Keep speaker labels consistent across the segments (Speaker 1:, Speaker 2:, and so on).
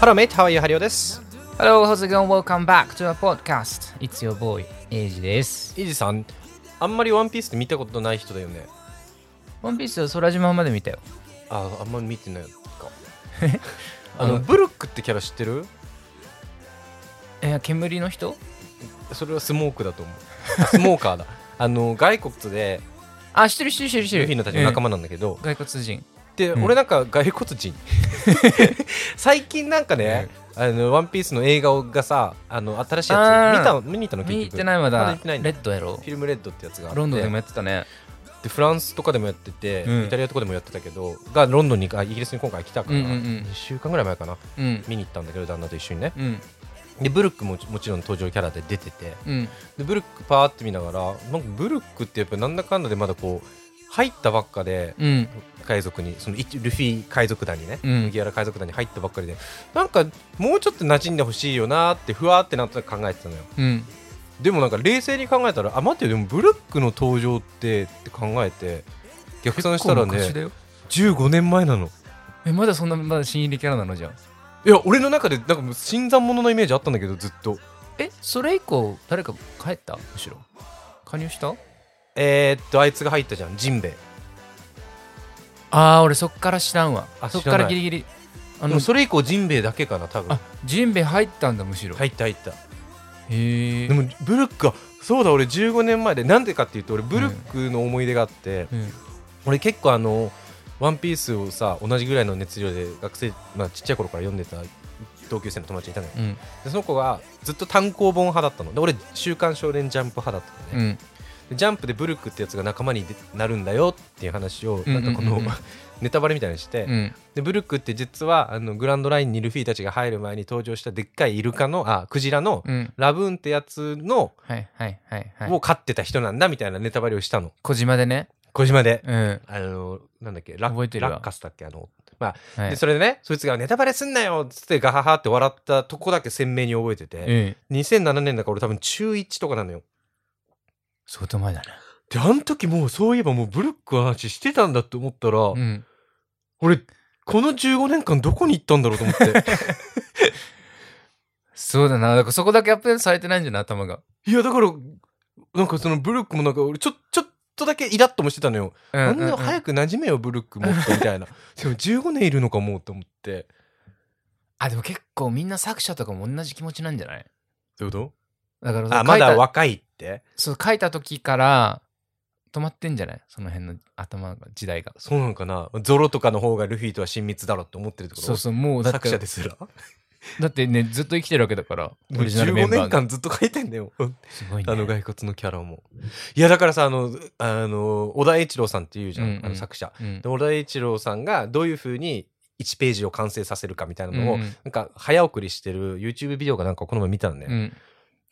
Speaker 1: Hello, mate. How are you? ハリオです。
Speaker 2: Hello, how's it going? Welcome back to a podcast. It's your boy, エイジです。
Speaker 1: イージさん、あんまりワンピースって見たことない人だよね。
Speaker 2: ワンピースは空島まで見たよ。
Speaker 1: ああんまり見て ないか。あ
Speaker 2: あ
Speaker 1: の、
Speaker 2: の
Speaker 1: ブルックってキャラ知ってる
Speaker 2: えー、煙の人
Speaker 1: それはスモークだと思う。あスモーカ ーだ。あの、外骨で、
Speaker 2: あ、知ってる知ってる知ってる知って
Speaker 1: ル
Speaker 2: る。
Speaker 1: フィのたちの仲間なんだけど
Speaker 2: う、ん外骨人。
Speaker 1: で、
Speaker 2: うん
Speaker 1: 俺なんか骸骨 人最近なんかね、あのワンピースの映画がさあの新しいやつ見た
Speaker 2: あ
Speaker 1: 見に行ったの結局
Speaker 2: 見に行ってないまだ。
Speaker 1: 行ってないん
Speaker 2: レ
Speaker 1: だ
Speaker 2: ッドやろ
Speaker 1: フィ。ルムレッドってやつがあって
Speaker 2: ロンドンでもやってたね。
Speaker 1: でフランスとかでもやってて、
Speaker 2: うん
Speaker 1: イタリアとかでもやってたけどがロンドンにあイギリスに今回来たから、
Speaker 2: うんうんうん
Speaker 1: 2週間ぐらい前かな
Speaker 2: うん。
Speaker 1: 見に行ったんだけど旦那と一緒にね
Speaker 2: うん。
Speaker 1: でブルックももちろん登場キャラで出てて
Speaker 2: うん。
Speaker 1: でブルックパーって見ながらなんかブルックってやっぱなんだかんだでまだこう入ったばっかで
Speaker 2: うん。
Speaker 1: 海賊にその一ルフィ海賊団にね、
Speaker 2: うん
Speaker 1: 麦わら海賊団に入ったばっかりでなんかもうちょっと馴染んでほしいよなーってふわーってなんとなく考えてたのよ
Speaker 2: うん。
Speaker 1: でもなんか冷静に考えたらあ待ってよでもブルックの登場ってって考えて逆算したら
Speaker 2: 結構昔だ
Speaker 1: ね
Speaker 2: よ
Speaker 1: 15年前なの
Speaker 2: え、まだそんな、まだ新入りキャラなのじゃん。
Speaker 1: いや俺の中でなんかもう新参者のイメージあったんだけどずっと
Speaker 2: え、それ以降、誰か帰ったむしろ。加入した
Speaker 1: えー、っとあいつが入ったじゃんジンベエ
Speaker 2: あー、俺そっから知らんわ。
Speaker 1: あ
Speaker 2: そっから
Speaker 1: 知らない
Speaker 2: ギリギリ。あ
Speaker 1: あ
Speaker 2: の
Speaker 1: の、それ以降ジンベエだけかな多分
Speaker 2: あ、ジンベエ入ったんだ、むしろ。
Speaker 1: 入った入った
Speaker 2: へえ
Speaker 1: で。もブルックはそうだ俺15年前でなんでかっていうと俺ブルックの思い出があって、
Speaker 2: うん。
Speaker 1: 俺結構あの「ワンピースをさ同じぐらいの熱量で学生、まあ、ちっちゃい頃から読んでた同級生の友達いたのよ
Speaker 2: うん。
Speaker 1: でその子がずっと単行本派だったので俺「週刊少年ジャンプ」派だったのね、
Speaker 2: うん。
Speaker 1: でジャンプでブルックってやつが仲間になるんだよっていう話を
Speaker 2: うん
Speaker 1: なんかこの、
Speaker 2: うんうんうん
Speaker 1: ネタバレみたいにして、
Speaker 2: うん。
Speaker 1: でブルックって実はあのグランドラインにルフィたちが入る前に登場したでっかいイルカのあクジラの
Speaker 2: うん。
Speaker 1: ラブーンってやつの
Speaker 2: はいはいはいは
Speaker 1: を
Speaker 2: い。
Speaker 1: 飼ってた人なんだみたいなネタバレをしたの
Speaker 2: 小島でね。
Speaker 1: 小島で。
Speaker 2: うん。
Speaker 1: あの、なんだっけ、ラ
Speaker 2: 覚えてるわ
Speaker 1: ラッカスだっけ、あの、まあ、
Speaker 2: は
Speaker 1: で、
Speaker 2: い。
Speaker 1: それでね、そいつがネタバレすんなよっつってガハハって笑ったとこだけ鮮明に覚えてて、
Speaker 2: うん。
Speaker 1: 2007年だから俺多分中1とかなのよ。
Speaker 2: 相当前だね。
Speaker 1: で、あの時もうそういえばもうブルックの話してたんだって思ったら、
Speaker 2: うん。
Speaker 1: 俺、この15年間どこに行ったんだろうと思って。
Speaker 2: そうだな。だからそこだけアップデートされてないんじゃない頭が。
Speaker 1: いや、だから、なんかそのブルックもなんか俺ちょ、ちょっとだけイラッともしてたのよ。
Speaker 2: う
Speaker 1: あ
Speaker 2: ん
Speaker 1: んな早く馴染めよ、ブルックもってみたい な。でも15年いるのかもうと思って。
Speaker 2: あ、でも結構みんな作者とかも同じ気持ちなんじゃない
Speaker 1: どういうこ
Speaker 2: だから
Speaker 1: とあ、
Speaker 2: その
Speaker 1: ま
Speaker 2: 書い
Speaker 1: だ
Speaker 2: た、
Speaker 1: 若いって
Speaker 2: そう、書いた時から止まってんじゃないその辺の頭が、時代が。
Speaker 1: そうなんかなゾロとかの方がルフィとは親密だろって思ってるってこと
Speaker 2: そうそう、もうだっ
Speaker 1: 作者
Speaker 2: て、
Speaker 1: ですら
Speaker 2: だってね、ずっと生きてるわけだから、オリジナルメ
Speaker 1: 15
Speaker 2: ンバー
Speaker 1: 年
Speaker 2: が。
Speaker 1: 間ずっと書いてんだよ
Speaker 2: すごいね。
Speaker 1: あの骸骨のキャラもいやだからさあのあの小田栄一郎さんっていうじゃん、
Speaker 2: うんうん
Speaker 1: あの作者
Speaker 2: うん
Speaker 1: で小田栄一郎さんがどういうふうに1ページを完成させるかみたいなのを、
Speaker 2: うんうん
Speaker 1: なんか早送りしてる YouTube ビデオがなんかこの前見たのね、
Speaker 2: うん。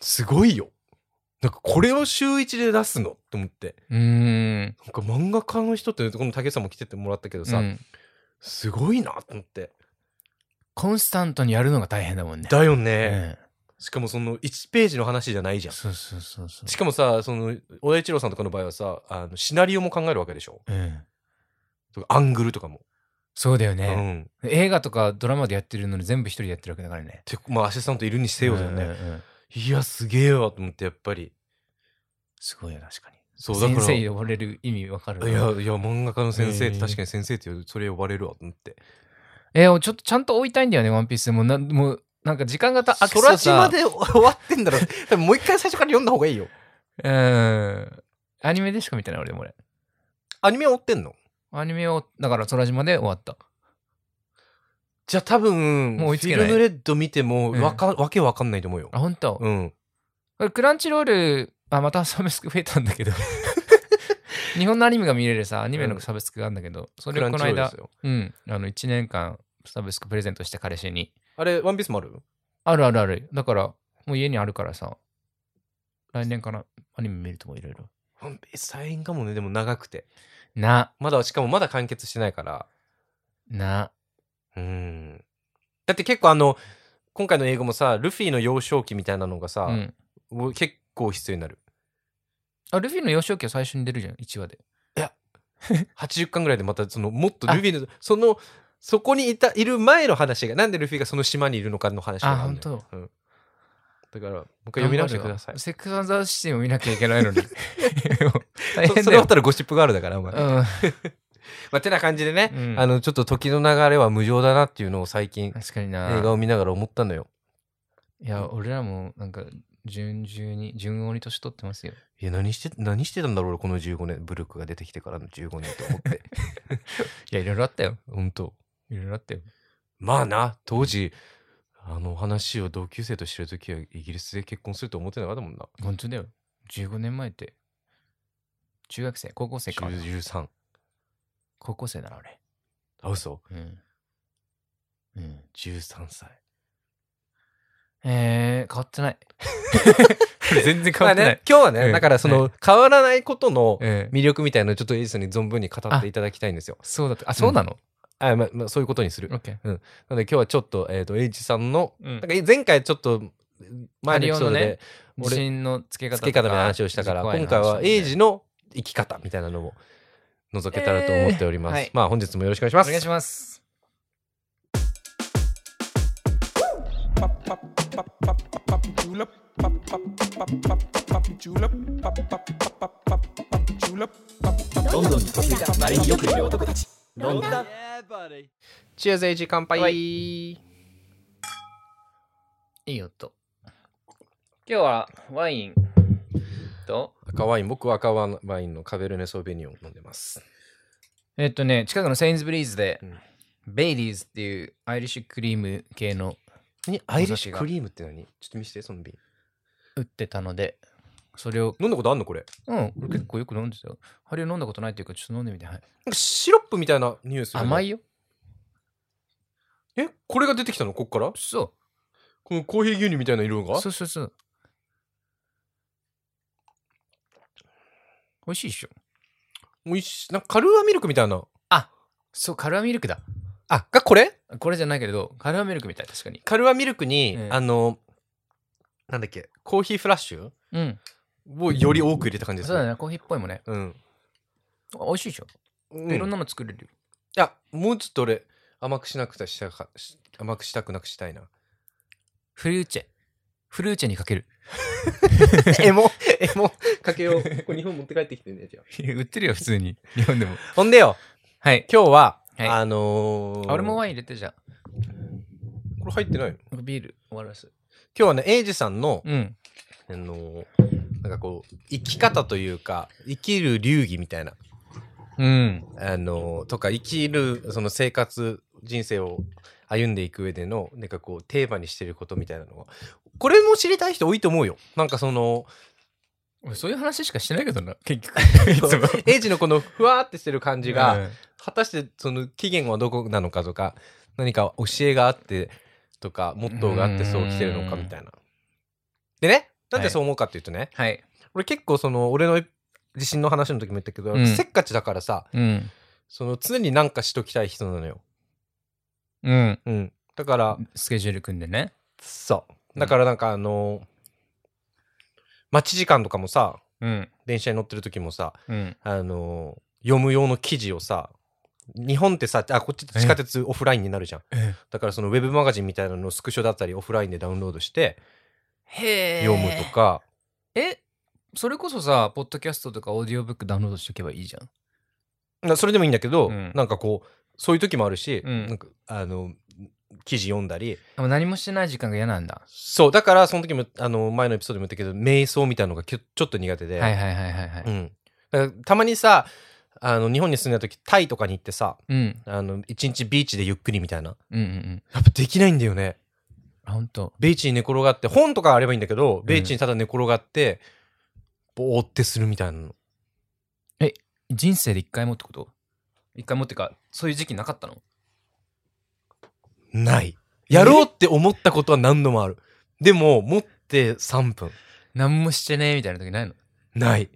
Speaker 1: すごいよなんかこれを週1で出すのって思って
Speaker 2: うーん。
Speaker 1: なんか漫画家の人ってこの竹内さんも来てってもらったけどさ、
Speaker 2: うん
Speaker 1: すごいなと思って
Speaker 2: コンスタントにやるのが大変だもんね。
Speaker 1: だよね、
Speaker 2: ね。
Speaker 1: しかもその1ページの話じゃないじゃん。
Speaker 2: そうそうそうそう
Speaker 1: し。かもさ、その、小田一郎さんとかの場合はさ、あのシナリオも考えるわけでしょ
Speaker 2: うん、
Speaker 1: とかアングルとかも。
Speaker 2: そうだよ
Speaker 1: う
Speaker 2: ね、
Speaker 1: ん。
Speaker 2: 映画とかドラマでやってるのに全部一人でやってるわけだからね。
Speaker 1: てかまあ、アシスタントいるにせよだよ
Speaker 2: うん
Speaker 1: ね。
Speaker 2: うんうん
Speaker 1: いや、すげえわと思って、やっぱり。
Speaker 2: すごいよ、確かに。
Speaker 1: そう、だから。
Speaker 2: 先生
Speaker 1: い
Speaker 2: 呼ばれる意味わか
Speaker 1: や、
Speaker 2: る。
Speaker 1: いや、漫画家の先生って
Speaker 2: へえ
Speaker 1: 確かに先生ってそれ呼ばれるわと思って。
Speaker 2: えーちょっとちゃんと追いたいんだよね、ワンピース。もうな、もうなんか時間がた空きそう
Speaker 1: 空島
Speaker 2: さ。
Speaker 1: で終わってんだろ。 多分もう一回最初から読んだ方がいいよ。
Speaker 2: うん。アニメでしか見てない、俺も俺。
Speaker 1: アニメは追ってんの
Speaker 2: アニメを、だから空島で終わった。
Speaker 1: じゃあ多分、
Speaker 2: もう追いつけ
Speaker 1: フ
Speaker 2: な
Speaker 1: ィ
Speaker 2: い
Speaker 1: ルムレッド見ても、
Speaker 2: うん
Speaker 1: わか、わけわかんないと思うよ
Speaker 2: あ、。本当。
Speaker 1: うん。
Speaker 2: これクランチロール、あ、またサブスク増えたんだ けど。日本のアニメが見れるさ、アニメのサブスクがあるんだけど、そ
Speaker 1: ク
Speaker 2: れ
Speaker 1: ラ
Speaker 2: こ
Speaker 1: ンチ
Speaker 2: の
Speaker 1: ロールで
Speaker 2: 間
Speaker 1: す、よ。
Speaker 2: うん、あの1年間サブスクプレゼントして彼氏に。
Speaker 1: あれ、ワンピースもある
Speaker 2: あるあるある。だから、もう家にあるからさ、来年からアニメ見るともいろいろ。
Speaker 1: ワンピース大変かもね、でも長くて。
Speaker 2: な、
Speaker 1: まだ、しかもまだ完結してないから。
Speaker 2: な、
Speaker 1: うん。だって結構あの、今回の英語もさ、ルフィの幼少期みたいなのがさ、
Speaker 2: うん。
Speaker 1: もう結構必要になる。
Speaker 2: あ、ルフィの幼少期は最初に出るじゃん、1話で。
Speaker 1: 80巻ぐらいでまた、その、もっとルフィの、その、そこにいたいる前の話がなんでルフィがその島にいるのかの話がるのよ
Speaker 2: あ本
Speaker 1: うん、だからもう一回読み直してください
Speaker 2: セックスアンドザシティも見なきゃい けないのに。 大
Speaker 1: そそれ
Speaker 2: 変だ
Speaker 1: だっ
Speaker 2: よ。
Speaker 1: たらゴシップがあるだからお前、
Speaker 2: う
Speaker 1: ま
Speaker 2: ん、
Speaker 1: あ、てな感じでね、
Speaker 2: うん
Speaker 1: あのちょっと時の流れは無常だなっていうのを最近
Speaker 2: 確かに
Speaker 1: 映
Speaker 2: な
Speaker 1: 画。を見ながら思ったのよ
Speaker 2: いや、俺らもなんか、順々に、順応に年取ってますよ。
Speaker 1: いや何して何してたんだろう俺この15年ブルックが出てきてからの15年と思って
Speaker 2: いや、いろいろあったよ。
Speaker 1: 本当
Speaker 2: いろいろあったよ。
Speaker 1: まあな当時あの話を同級生としてる時はイギリスで結婚すると思ってなかったもんな
Speaker 2: 本当だよ。15年前って。中学生、高校生か。
Speaker 1: 13
Speaker 2: 高校生だな、俺。
Speaker 1: あ嘘
Speaker 2: うん。うん。
Speaker 1: 13歳
Speaker 2: えー、変わってない。 全然変わって
Speaker 1: まあ
Speaker 2: ない
Speaker 1: ね。、今日はね、
Speaker 2: うん
Speaker 1: だからそ
Speaker 2: は
Speaker 1: の変わらないことの
Speaker 2: えー
Speaker 1: 魅力みたいなのをちょっとエイジさんに存分に語っていただきたいんですよ。
Speaker 2: そうだった。あ、そうなの、
Speaker 1: あまあまあ、そういうことにする。
Speaker 2: オッケー。
Speaker 1: なので今日はちょっと,、えー、とエイジさんの、
Speaker 2: うん
Speaker 1: なんか前回ちょっと前のエピソード
Speaker 2: ハリオのね
Speaker 1: で俺
Speaker 2: 自信のつけ方と
Speaker 1: 付
Speaker 2: か。
Speaker 1: け方の話をしたから、
Speaker 2: 自己愛
Speaker 1: 今
Speaker 2: の
Speaker 1: 回
Speaker 2: 話
Speaker 1: は
Speaker 2: もね
Speaker 1: エイジの生き方みたいなのを覗けたらと思っております。
Speaker 2: えーはい
Speaker 1: まあ本日もよろしくお願いします。
Speaker 2: お願いします。
Speaker 3: どんどん年がまれによくいる男たちロンドン
Speaker 1: チェアーズエイジ乾杯、、
Speaker 2: はいいい音。今日はワインと、
Speaker 1: 赤ワイン、僕は赤ワインのカベルネ・ソーベニオンを飲んでます。
Speaker 2: えっとね、近くのセインズブリーズで、
Speaker 1: うん
Speaker 2: ベイリーズっていうアイリッシュクリーム系の
Speaker 1: アイリッシュクリームって何ちょっと見せて、その瓶。
Speaker 2: 売ってたので、それを、
Speaker 1: 飲んだことあんのこれ。
Speaker 2: うん、俺結構よく飲んでたよ。ハリオ飲んだことないっていうか、ちょっと飲んでみて。はい、
Speaker 1: なんかシロップみたいな匂いするね
Speaker 2: 甘いよ。
Speaker 1: えこれが出てきたのこっから
Speaker 2: そ
Speaker 1: このコーヒー牛乳みたいな色
Speaker 2: う。
Speaker 1: が
Speaker 2: そうそうそう。美味しいでしょ。
Speaker 1: おいしいなんかカルーアミルクみたいな
Speaker 2: そう、カルアミルクだ。
Speaker 1: あがこれ
Speaker 2: これじゃないけれど、カルアミルクみたい、確かに。
Speaker 1: カルーアミルクに、
Speaker 2: ええ
Speaker 1: あのなんだっけコーヒーフラッシュ
Speaker 2: うん。
Speaker 1: をより多く入れた感じです
Speaker 2: そうだね、コーヒーっぽいもんね。
Speaker 1: うん、
Speaker 2: あ美味しいでしょ。
Speaker 1: うん、
Speaker 2: いろん
Speaker 1: い
Speaker 2: なの作れるよ。
Speaker 1: やもうちょっと俺甘くしなくたしたかし甘くしたくなくしたいな
Speaker 2: フルーチェ。フルーチェにかける。
Speaker 1: エモエモかけようこれ日本持って帰ってきてねじゃあ
Speaker 2: 売ってるよ、普通に。日本でも。
Speaker 1: ほんでよ
Speaker 2: はい。
Speaker 1: 今日は、
Speaker 2: はい
Speaker 1: あのー、
Speaker 2: 俺もワ
Speaker 1: イ
Speaker 2: イン入れてじゃ
Speaker 1: ンこれ入ってないの今
Speaker 2: あ。ビール終わらす。
Speaker 1: 日はねエイジさんの、
Speaker 2: うん。
Speaker 1: あのなんかこう生き方というか生きる流儀みたいな、
Speaker 2: うん。
Speaker 1: あのとか生きるその生活人生を歩んでいく上でのなんかこうテーマにしてることみたいなのがこれも知りたい人多いと思うよなんかその
Speaker 2: 俺、そういう話しかしてないけどな、結 局。いつも。
Speaker 1: エイジのこのふわーってしてる感じが、
Speaker 2: うん
Speaker 1: 果たしてその起源はどこなのかとか何か教えがあってとかモットーがあってそう来てるのかみたいな。でねなんでそう思うかっていうとね、
Speaker 2: はい。
Speaker 1: 俺結構その俺の地震の話の時も言ったけど、
Speaker 2: うん
Speaker 1: せっかちだからさ
Speaker 2: うん。
Speaker 1: その常になんかしときたい人なのよ、
Speaker 2: うん。
Speaker 1: うん、だから
Speaker 2: スケジュール組んでね。
Speaker 1: そうだからなんかあのー待ち時間とかもさ
Speaker 2: うん。
Speaker 1: 電車に乗ってる時もさ
Speaker 2: うん。
Speaker 1: あのー読む用の記事をさ日本ってさあこっちって地下鉄オフラインになるじゃんだからそのウェブマガジンみたいなのをスクショだったりオフラインでダウンロードして
Speaker 2: へ
Speaker 1: 読むと。か、
Speaker 2: え、それこそさ、ポッドキャストとかオーディオブックダウンロードしとけばいいじゃん。
Speaker 1: なそれでもいいんだけど、
Speaker 2: うん
Speaker 1: なんかこうそういう時もあるし、
Speaker 2: うん
Speaker 1: なんかあの記事読んだり
Speaker 2: でも何もしてない時間が嫌なんだ。
Speaker 1: そうだからその時もあの前のエピソードでも言ったけど瞑想みたいなのがきょちょっと苦手で、
Speaker 2: はいはいはいはいは
Speaker 1: う
Speaker 2: い。
Speaker 1: ん、だからたまにさあの日本に住んでた時タイとかに行ってさ
Speaker 2: うん。
Speaker 1: あの一日ビーチでゆっくりみたいな
Speaker 2: うんうんうん。
Speaker 1: やっぱできないんだよね
Speaker 2: あ、ほんと。
Speaker 1: ビーチに寝転がって本とかあればいいんだけどビーチにただ寝転がって、ぼーってするみたいなの
Speaker 2: 人生で一回もってこと一回もってか、そういう時期なかったの
Speaker 1: ないやろうって思ったことは何度もあるでも持って3分
Speaker 2: 何もしてねえみたいな時ないの
Speaker 1: ない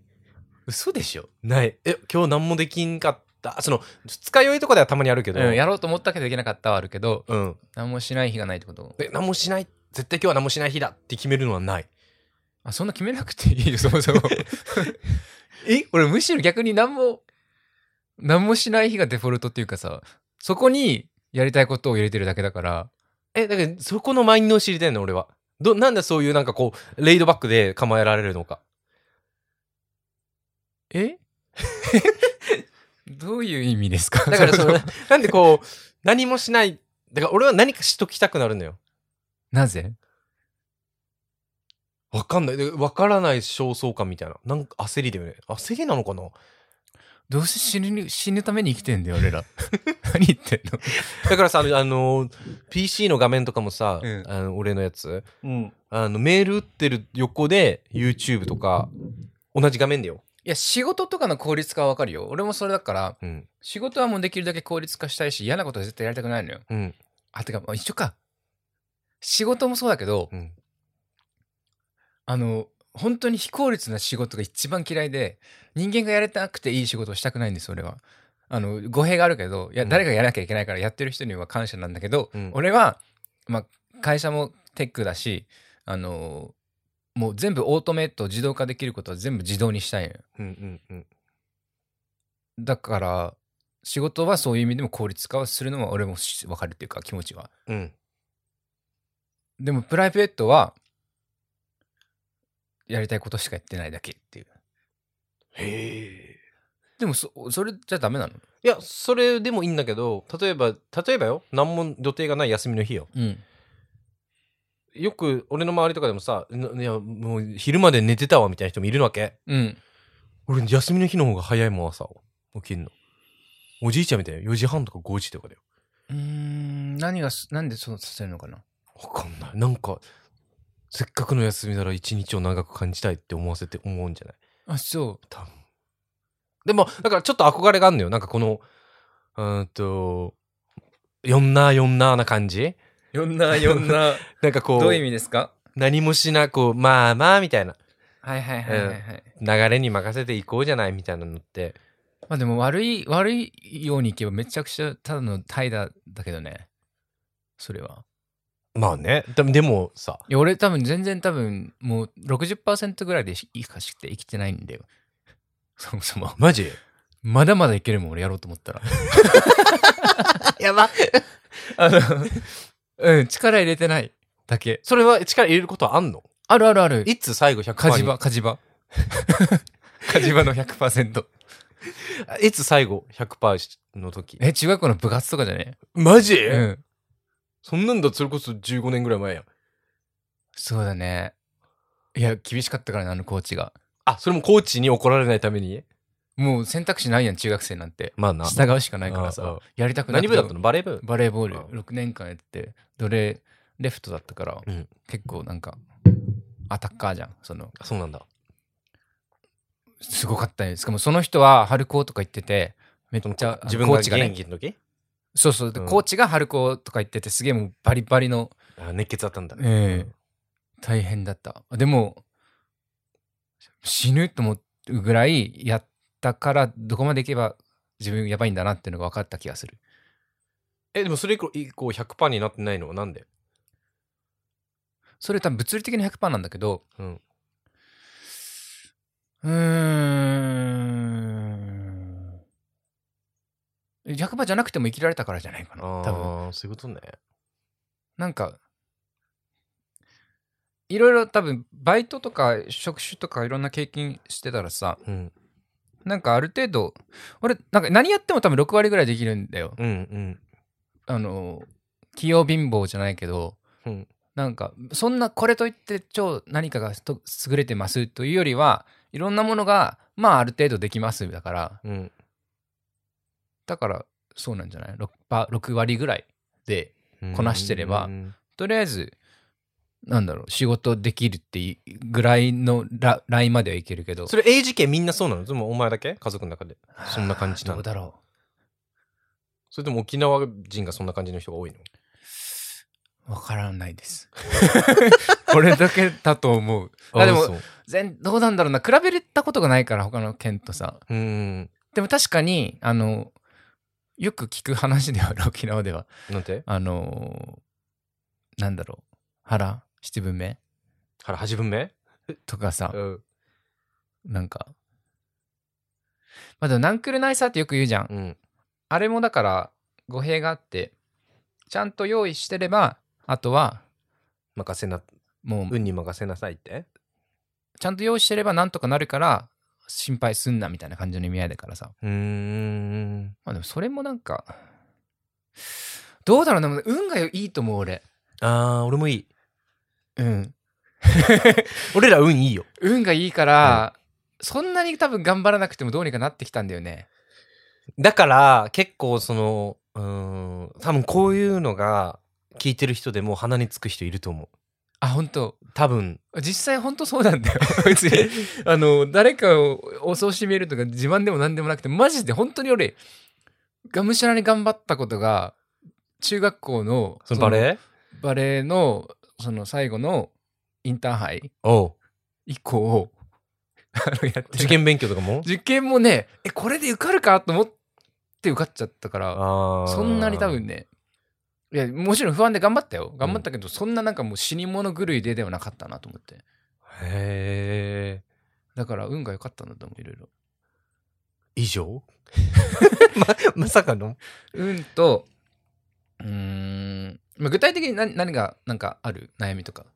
Speaker 2: 嘘でしょ
Speaker 1: ないえ今日何もできんかったその二日酔いとかではたまにあるけど、
Speaker 2: うん、やろうと思ったけどできなかったはあるけど、
Speaker 1: うん、
Speaker 2: 何もしない日がないってこと
Speaker 1: で何もしない絶対今日は何もしない日だって決めるのはない
Speaker 2: あ、そんな決めなくていい よ、そもそも。え俺むしろ逆に何も、何もしない日がデフォルトっていうかさ、そこに、やりたいことを入れてるだけだから
Speaker 1: え、だからそこのマインドを知りたいの、俺は。ど、なんでそういうなんかこう、レイドバックで構えられるのか。
Speaker 2: え どういう意味ですか
Speaker 1: だからその
Speaker 2: れは、
Speaker 1: なんでこう、何もしない。だから俺は何かしときたくなるのよ。
Speaker 2: なぜ
Speaker 1: わかんない。でわからない焦燥感みたいな。なんか焦りだよね。焦りなのかな
Speaker 2: どうせ死ぬ死ぬために生きてんだよ俺 ら何言ってんの
Speaker 1: だからさ、あの、PC の画面とかもさ、
Speaker 2: うん
Speaker 1: あの俺のやつ、
Speaker 2: うん
Speaker 1: あの、メール打ってる横で、YouTube とか、同じ画面だよ。
Speaker 2: いや仕事とかの効率化はわかるよ俺もそれだから
Speaker 1: うん。
Speaker 2: 仕事はもうできるだけ効率化したいし嫌なことは絶対やりたくないのよ
Speaker 1: うん。
Speaker 2: あてかまあ一緒か仕事もそうだけど、
Speaker 1: うん
Speaker 2: あの本当に非効率な仕事が一番嫌いで人間がやれなくていい仕事をしたくないんです俺はあの語弊があるけどいや
Speaker 1: うん
Speaker 2: 誰がやらなきゃいけないからやってる人には感謝なんだけど、
Speaker 1: うん
Speaker 2: 俺は、まあ、会社もテックだしあのもう全部オートメイト自動化できることは全部自動にしたいのよ
Speaker 1: うんうんうん。
Speaker 2: だから仕事はそういう意味でも効率化をするのは俺もし分かるっていうか気持ちは
Speaker 1: うん。
Speaker 2: でもプライベートはやりたいことしかやってないだけっていう
Speaker 1: へえ。
Speaker 2: でもそそれじゃダメなの
Speaker 1: いや、それでもいいんだけど、例えば、例えばよ、何も予定がない休みの日よ。
Speaker 2: うん
Speaker 1: よく、俺の周りとかでもさ、ないや、もう昼まで寝てたわみたいな人もいるわけ。
Speaker 2: うん
Speaker 1: 俺、休みの日の方が早いもん、朝起きんの。おじいちゃんみたいな。4時半とか5時とかだよ。
Speaker 2: うーん何がすなんでそうさせるのかな
Speaker 1: わかんない。なんか、せっかくの休みなら一日を長く感じたいって思わせて思うんじゃない
Speaker 2: あそ
Speaker 1: 多分。でも、だからちょっと憧れがあるのよ。なんかこの、うーんと、よんなよんなな感じ
Speaker 2: うよんなよん な
Speaker 1: なんかこう、
Speaker 2: どういう意味ですか
Speaker 1: 何もしな、こう、まあまあみたいな。
Speaker 2: はいはいはいはい、はい
Speaker 1: 流れに任せていこうじゃないみたいなのって。
Speaker 2: まあでも悪い悪いようにいけばめちゃくちゃただの怠惰だけどねそれは
Speaker 1: まあね。でもでもさ、
Speaker 2: いや俺多分全然多分もう60%ぐらいでしいいかして生きてないんだよ そもそも
Speaker 1: マジ
Speaker 2: まだまだいけるもん俺やろうと思ったら
Speaker 1: やば。
Speaker 2: あの、 うん、力入れてないだけ。
Speaker 1: それは力入れることはあんの
Speaker 2: あるあるある。
Speaker 1: いつ最後100%に
Speaker 2: カジバ、カ ジバ。カジバの100%。
Speaker 1: いつ最後100%の時。
Speaker 2: え、中学校の部活とかじゃね
Speaker 1: マジ、
Speaker 2: うん。
Speaker 1: そんなんだ、それこそ15年ぐらい前やん。
Speaker 2: そうだね。いや、厳しかったからね、あのコーチが。
Speaker 1: あ、それもコーチに怒られないために
Speaker 2: もう選択肢ないやん、中学生なんて。
Speaker 1: まあな。
Speaker 2: 従うしかないから
Speaker 1: ああ
Speaker 2: さ。やりたくな
Speaker 1: 何部だったのバレー部
Speaker 2: バレーボール
Speaker 1: ああ
Speaker 2: 6年間やってて、どれ、レフトだったから、
Speaker 1: うん
Speaker 2: 結構なんか、アタッカーじゃん。その、
Speaker 1: あそうなんだ。
Speaker 2: すごかったね。しかもその人は春高とか行ってて、めっ
Speaker 1: その
Speaker 2: ちゃ、
Speaker 1: 自分
Speaker 2: コ
Speaker 1: が
Speaker 2: ーチ
Speaker 1: 現
Speaker 2: がね、
Speaker 1: 役の時、
Speaker 2: そうそう、で
Speaker 1: うん
Speaker 2: コーチが春高とか行っててすげえもうバリバリの
Speaker 1: あ熱血だったんだ。
Speaker 2: ええ大変だったでも死ぬと思うぐらいやったからどこまでいけば自分やばいんだなっていうのが分かった気がする
Speaker 1: え、でもそれ以降以降100%になってないのはなんで
Speaker 2: それ多分物理的に100%なんだけど
Speaker 1: うん。
Speaker 2: うーん100%じゃなくても生きられたからじゃないかな
Speaker 1: あ
Speaker 2: 多分
Speaker 1: あ、そういうことね。
Speaker 2: なんか、いろいろ多分、バイトとか職種とかいろんな経験してたらさ、
Speaker 1: うん。
Speaker 2: なんかある程度、俺、なんか何やっても多分6割ぐらいできるんだよ。
Speaker 1: うんうん。
Speaker 2: あの、器用貧乏じゃないけど、
Speaker 1: うん
Speaker 2: なんか、そんなこれといって超何かがと優れてますというよりは、いろんなものが、まあある程度できますだから、
Speaker 1: うん。
Speaker 2: だからそうなんじゃない ?6, 6割ぐらいで
Speaker 1: うん
Speaker 2: こなしてれば
Speaker 1: うん
Speaker 2: とりあえず、なんだろう、仕事できるっていぐらいのララインまではいけるけど、
Speaker 1: それ AGK みんなそうなのでもお前だけ家族の中で。そんな感じな
Speaker 2: ど
Speaker 1: の
Speaker 2: うだろ
Speaker 1: それとも沖縄人がそんな感じの人が多いの
Speaker 2: う。わからない です。これだけだと思う。あでも
Speaker 1: そう
Speaker 2: 全どうなんだろうな、比べたことがないから、他の県とさ。
Speaker 1: うん。
Speaker 2: でも確かに、あの、よく聞く話ではあ る、沖縄では。
Speaker 1: なんて
Speaker 2: あの、なんだろう、腹七分目
Speaker 1: 腹八分目
Speaker 2: とかさ、
Speaker 1: ん。
Speaker 2: なんか。まあでも、ナンクルナイサーってよく言うじゃん
Speaker 1: う。ん。
Speaker 2: あれもだから語弊があってちゃんと用意してればあとは
Speaker 1: 任せな、
Speaker 2: もう
Speaker 1: 運に任せなさいって。
Speaker 2: ちゃんと用意してればなんとかなるから心配すんなみたいな感じの意味合いだからさ
Speaker 1: うーん。
Speaker 2: まあでもそれもなんかどうだろうねでも運がいいと思う俺
Speaker 1: あー、俺もいい。
Speaker 2: うん
Speaker 1: 俺ら運いいよ。
Speaker 2: 運がいいから、そんなに多分頑張らなくてもどうにかなってきたんだよね
Speaker 1: だから、結構その、うーん、多分こういうのが聞いてる人でも鼻につく人いると思
Speaker 2: あ本当
Speaker 1: う。多分、
Speaker 2: 実際本当そうな んだよ別にあの誰かを恐しめるとか自慢でも何でもなくてマジで本当に俺がむしゃらに頑張ったことが中学校の
Speaker 1: そのバレー
Speaker 2: そのバレーのその最後のインターハイ
Speaker 1: おう
Speaker 2: 以降あのやってない
Speaker 1: 受験勉強とか も
Speaker 2: 受験もねえこれで受かるかと思って受かっちゃったから
Speaker 1: あー
Speaker 2: そんなに多。分ねいやもちろん不安で頑張ったよ頑張ったけど、そんななんかもう死に物狂いでではなかったなと思って
Speaker 1: へ
Speaker 2: だから運が良かったんだと思ういろいろ
Speaker 1: ー。以 上ま、まさかの
Speaker 2: 運とうーん、まあ、具体的に何何がなんかある悩みとか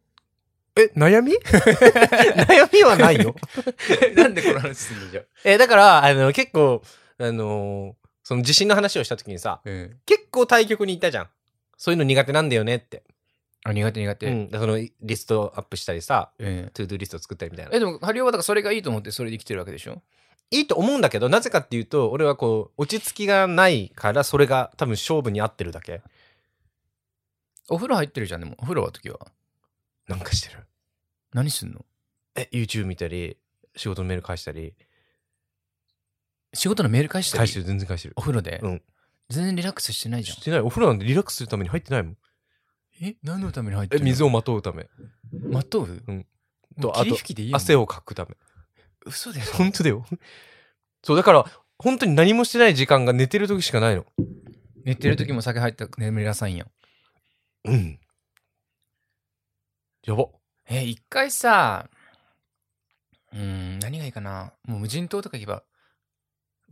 Speaker 1: え、悩み 悩みはないよ。
Speaker 2: なんでこの話するんじゃ、
Speaker 1: え、だから、あの、結構、あのーその地震の話をした時にさ、
Speaker 2: うん、
Speaker 1: 結構対局にいたじゃん。そういうの苦手なんだよねって。
Speaker 2: あ苦手苦手、
Speaker 1: うん、そのリストアップしたりさ、
Speaker 2: うん
Speaker 1: トゥードゥリスト作ったりみたいな。
Speaker 2: えでもハリオはだからそれがいいと思ってそれで生きてるわけでしょ
Speaker 1: いいと思うんだけど、なぜかっていうと、俺はこう、落ち着きがないから、それが多分勝負に合ってるだけ。
Speaker 2: お風呂入ってるじゃんでもお風呂は時は
Speaker 1: なんかしてる。
Speaker 2: 何すんの
Speaker 1: え、YouTube 見たり、仕事のメール返したり。
Speaker 2: 仕事のメール返したり
Speaker 1: 返してる、全然返してる
Speaker 2: お。風呂で、
Speaker 1: うん
Speaker 2: 全然リラックスしてないじゃ
Speaker 1: し
Speaker 2: ん
Speaker 1: てない。お風呂なんでリラックスするために入ってないもん。
Speaker 2: え何のために入って
Speaker 1: え、
Speaker 2: るの
Speaker 1: 水をまとうため。
Speaker 2: まとう
Speaker 1: うん
Speaker 2: もう
Speaker 1: とあと
Speaker 2: 霧吹きでいいよ
Speaker 1: 汗をかくため。
Speaker 2: 嘘でしょ
Speaker 1: 本当だよ。そう、だから、本当に何もしてない時間が寝てる時しかないの。
Speaker 2: 寝てる時も酒入ったら眠りなさいんや
Speaker 1: うん。やば。
Speaker 2: え一回さうーん何がいいかなもう無人島とか行けば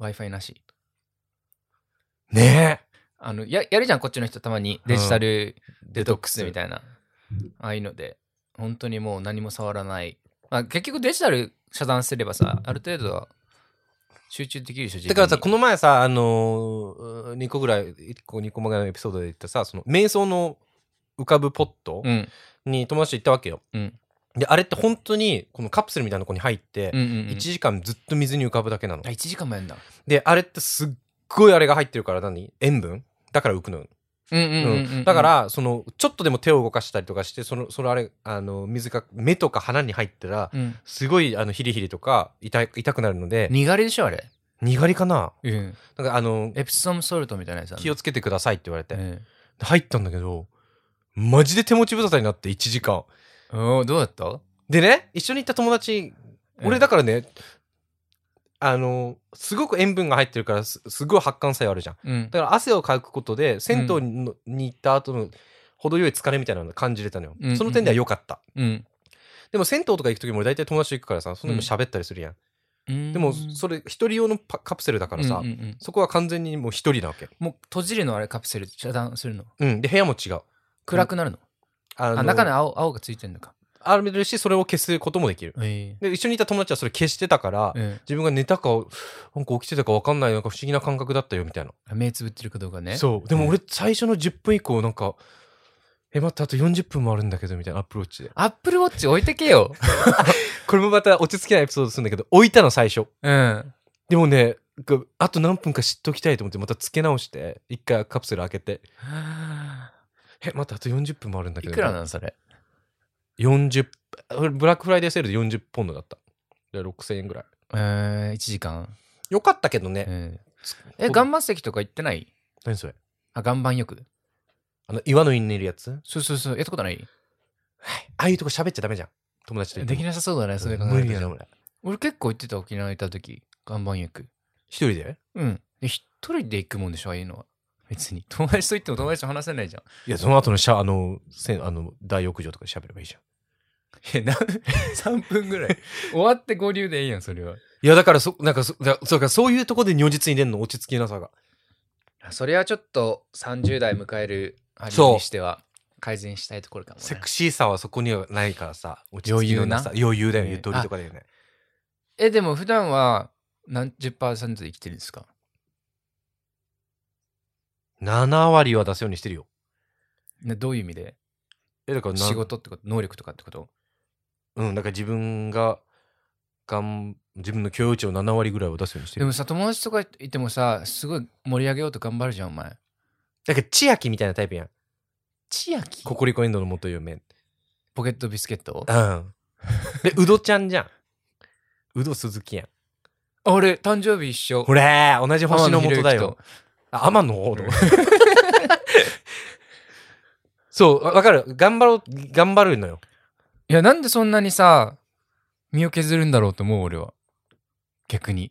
Speaker 2: w i f i なし
Speaker 1: ね
Speaker 2: あのややるじゃんこっちの人たまにデジタル
Speaker 1: え。
Speaker 2: デトックスみたいな、ああいうので本当にもう何も触らない、まあ、結局デジタル遮断すればさある程度は集中できるでしょ自
Speaker 1: だ
Speaker 2: 分に
Speaker 1: からさ、この前さ、あのー、2個ぐらい、1個2個前のエピソードで言ったさ、その、瞑想の浮かぶポット
Speaker 2: うん
Speaker 1: に友達と行ったわけよ。
Speaker 2: うん
Speaker 1: で、あれって本当に、このカプセルみたいなとこに入って、
Speaker 2: うんうんうん
Speaker 1: 1時間ずっと水に浮かぶだけなの
Speaker 2: あ。1時間もやんだ
Speaker 1: で、あれってすっごいあれが入ってるから何塩分だから浮くのよ。
Speaker 2: うんうんうんうん、
Speaker 1: うんだから、その、ちょっとでも手を動かしたりとかして、その、そのあれ、あの、水が目とか鼻に入ったら、
Speaker 2: うん、
Speaker 1: すごい、あの、ヒリヒリとか、痛い、痛くなるので、
Speaker 2: にがりでしょあれ、
Speaker 1: にがりかな
Speaker 2: うん、
Speaker 1: なんか、あの、
Speaker 2: エプソムソルトみたいなやつあんの
Speaker 1: 気をつけてくださいって言われて、
Speaker 2: え
Speaker 1: 入ったんだけど、マジで手持ち無沙汰になって、1時間。
Speaker 2: えおーどうだった
Speaker 1: でね、一緒に行った友達、俺だからね、あの、すごく塩分が入ってるからす、すごい発汗作用あるじゃん。
Speaker 2: うん
Speaker 1: だから汗をかくことで銭湯に,、に行った後の程よい疲れみたいなのを感じれたのよ、
Speaker 2: うん
Speaker 1: その点では良かった、
Speaker 2: うん
Speaker 1: でも銭湯とか行く時も俺大体友達と行くからさその時も喋ったりするやん、
Speaker 2: うん
Speaker 1: でもそれ一人用のパカプセルだからさ、
Speaker 2: うんうんうん
Speaker 1: そこは完全にもう一人なわけ、
Speaker 2: もう閉じるのあれカプセル遮断するの
Speaker 1: うん、で部屋も違う
Speaker 2: 暗くなるの、
Speaker 1: あ
Speaker 2: あ中の青青がついてるのか
Speaker 1: あるるしそれを消すこともできる
Speaker 2: え
Speaker 1: で一緒にいた友達はそれ消してたから、
Speaker 2: えうん
Speaker 1: 自分が寝たかなんか起きてたか分かんないなんか不思議な感覚だったよみたいな
Speaker 2: 目つぶってるかどうかね
Speaker 1: そうでも俺最初の10分以降なんかえ待ってあと40分もあるんだけどみたいなアプローチで
Speaker 2: アップルウォッチ置いてけ よ
Speaker 1: これもまた落ち着けないエピソードするんだけど置いたの最初
Speaker 2: うん
Speaker 1: でもねこうあと何分か知っときたいと思ってまた付け直して一回カプセル開けてえまたあと40分もあるんだけ
Speaker 2: い
Speaker 1: ど
Speaker 2: くらなのそれ
Speaker 1: 40これブラックフライデーセールで40ポンドだったで6000円ぐらい
Speaker 2: えー、1時間、
Speaker 1: よかったけどね、
Speaker 2: ええ岩盤石とか行ってない
Speaker 1: 何それ
Speaker 2: あ岩盤浴
Speaker 1: あの岩の上にいるやつあ
Speaker 2: そうそうそうやったことない
Speaker 1: あいうとこ喋っちゃダメじゃん友達と
Speaker 2: でき
Speaker 1: い
Speaker 2: なさそうだねそれ考え
Speaker 1: 無
Speaker 2: る
Speaker 1: 理だ
Speaker 2: と
Speaker 1: な俺
Speaker 2: 俺結構行ってた沖縄行った時岩盤浴
Speaker 1: 一人で
Speaker 2: うん。で、一人で行くもんでしょ、ああいうのは。別に。友達と行っても友達と話せないじゃん。
Speaker 1: いやその後のシャあのせんあの大浴場とかで喋ればいいじゃん
Speaker 2: え、な、3分ぐらい。 終わって合流でいいやん、それは。
Speaker 1: いやだからそなんかそだそうかそういうとこで如実に出んの落ち着きなさが
Speaker 2: それはちょっと30代迎えるハリ
Speaker 1: そう
Speaker 2: ーにしては改善したいところかもね、
Speaker 1: セクシーさはそこにはないからさ、落ち着きのさ余裕だよね、
Speaker 2: ね
Speaker 1: ゆとりとかだよね。
Speaker 2: えでも普段は何十パーセントで生きてるんですか
Speaker 1: 7割は出すようにしてるよ。
Speaker 2: ねどういう意味で
Speaker 1: え、だからな
Speaker 2: 仕事ってこと能力とかってこと
Speaker 1: うん、だから自分が、がん自分の許容値を7割ぐらいは出すようにして
Speaker 2: で
Speaker 1: る
Speaker 2: も。さ友達とかいてもさすごい盛り上げようと頑張るじゃんお前
Speaker 1: だから千秋みたいなタイプやん。
Speaker 2: 千秋
Speaker 1: ココリコエンドウの元嫁。
Speaker 2: ポケットビスケット
Speaker 1: うん。で、うどちゃんじゃん。うど鈴木やん。
Speaker 2: 俺誕生日一緒
Speaker 1: ほれー、同じ星の
Speaker 2: 天
Speaker 1: 元
Speaker 2: 野ひろゆきと
Speaker 1: だよ。あ、天の方の。そう、わわかる。頑張ろう、頑張るのよ。
Speaker 2: いやなんでそんなにさ身を削るんだろうと思う俺は逆に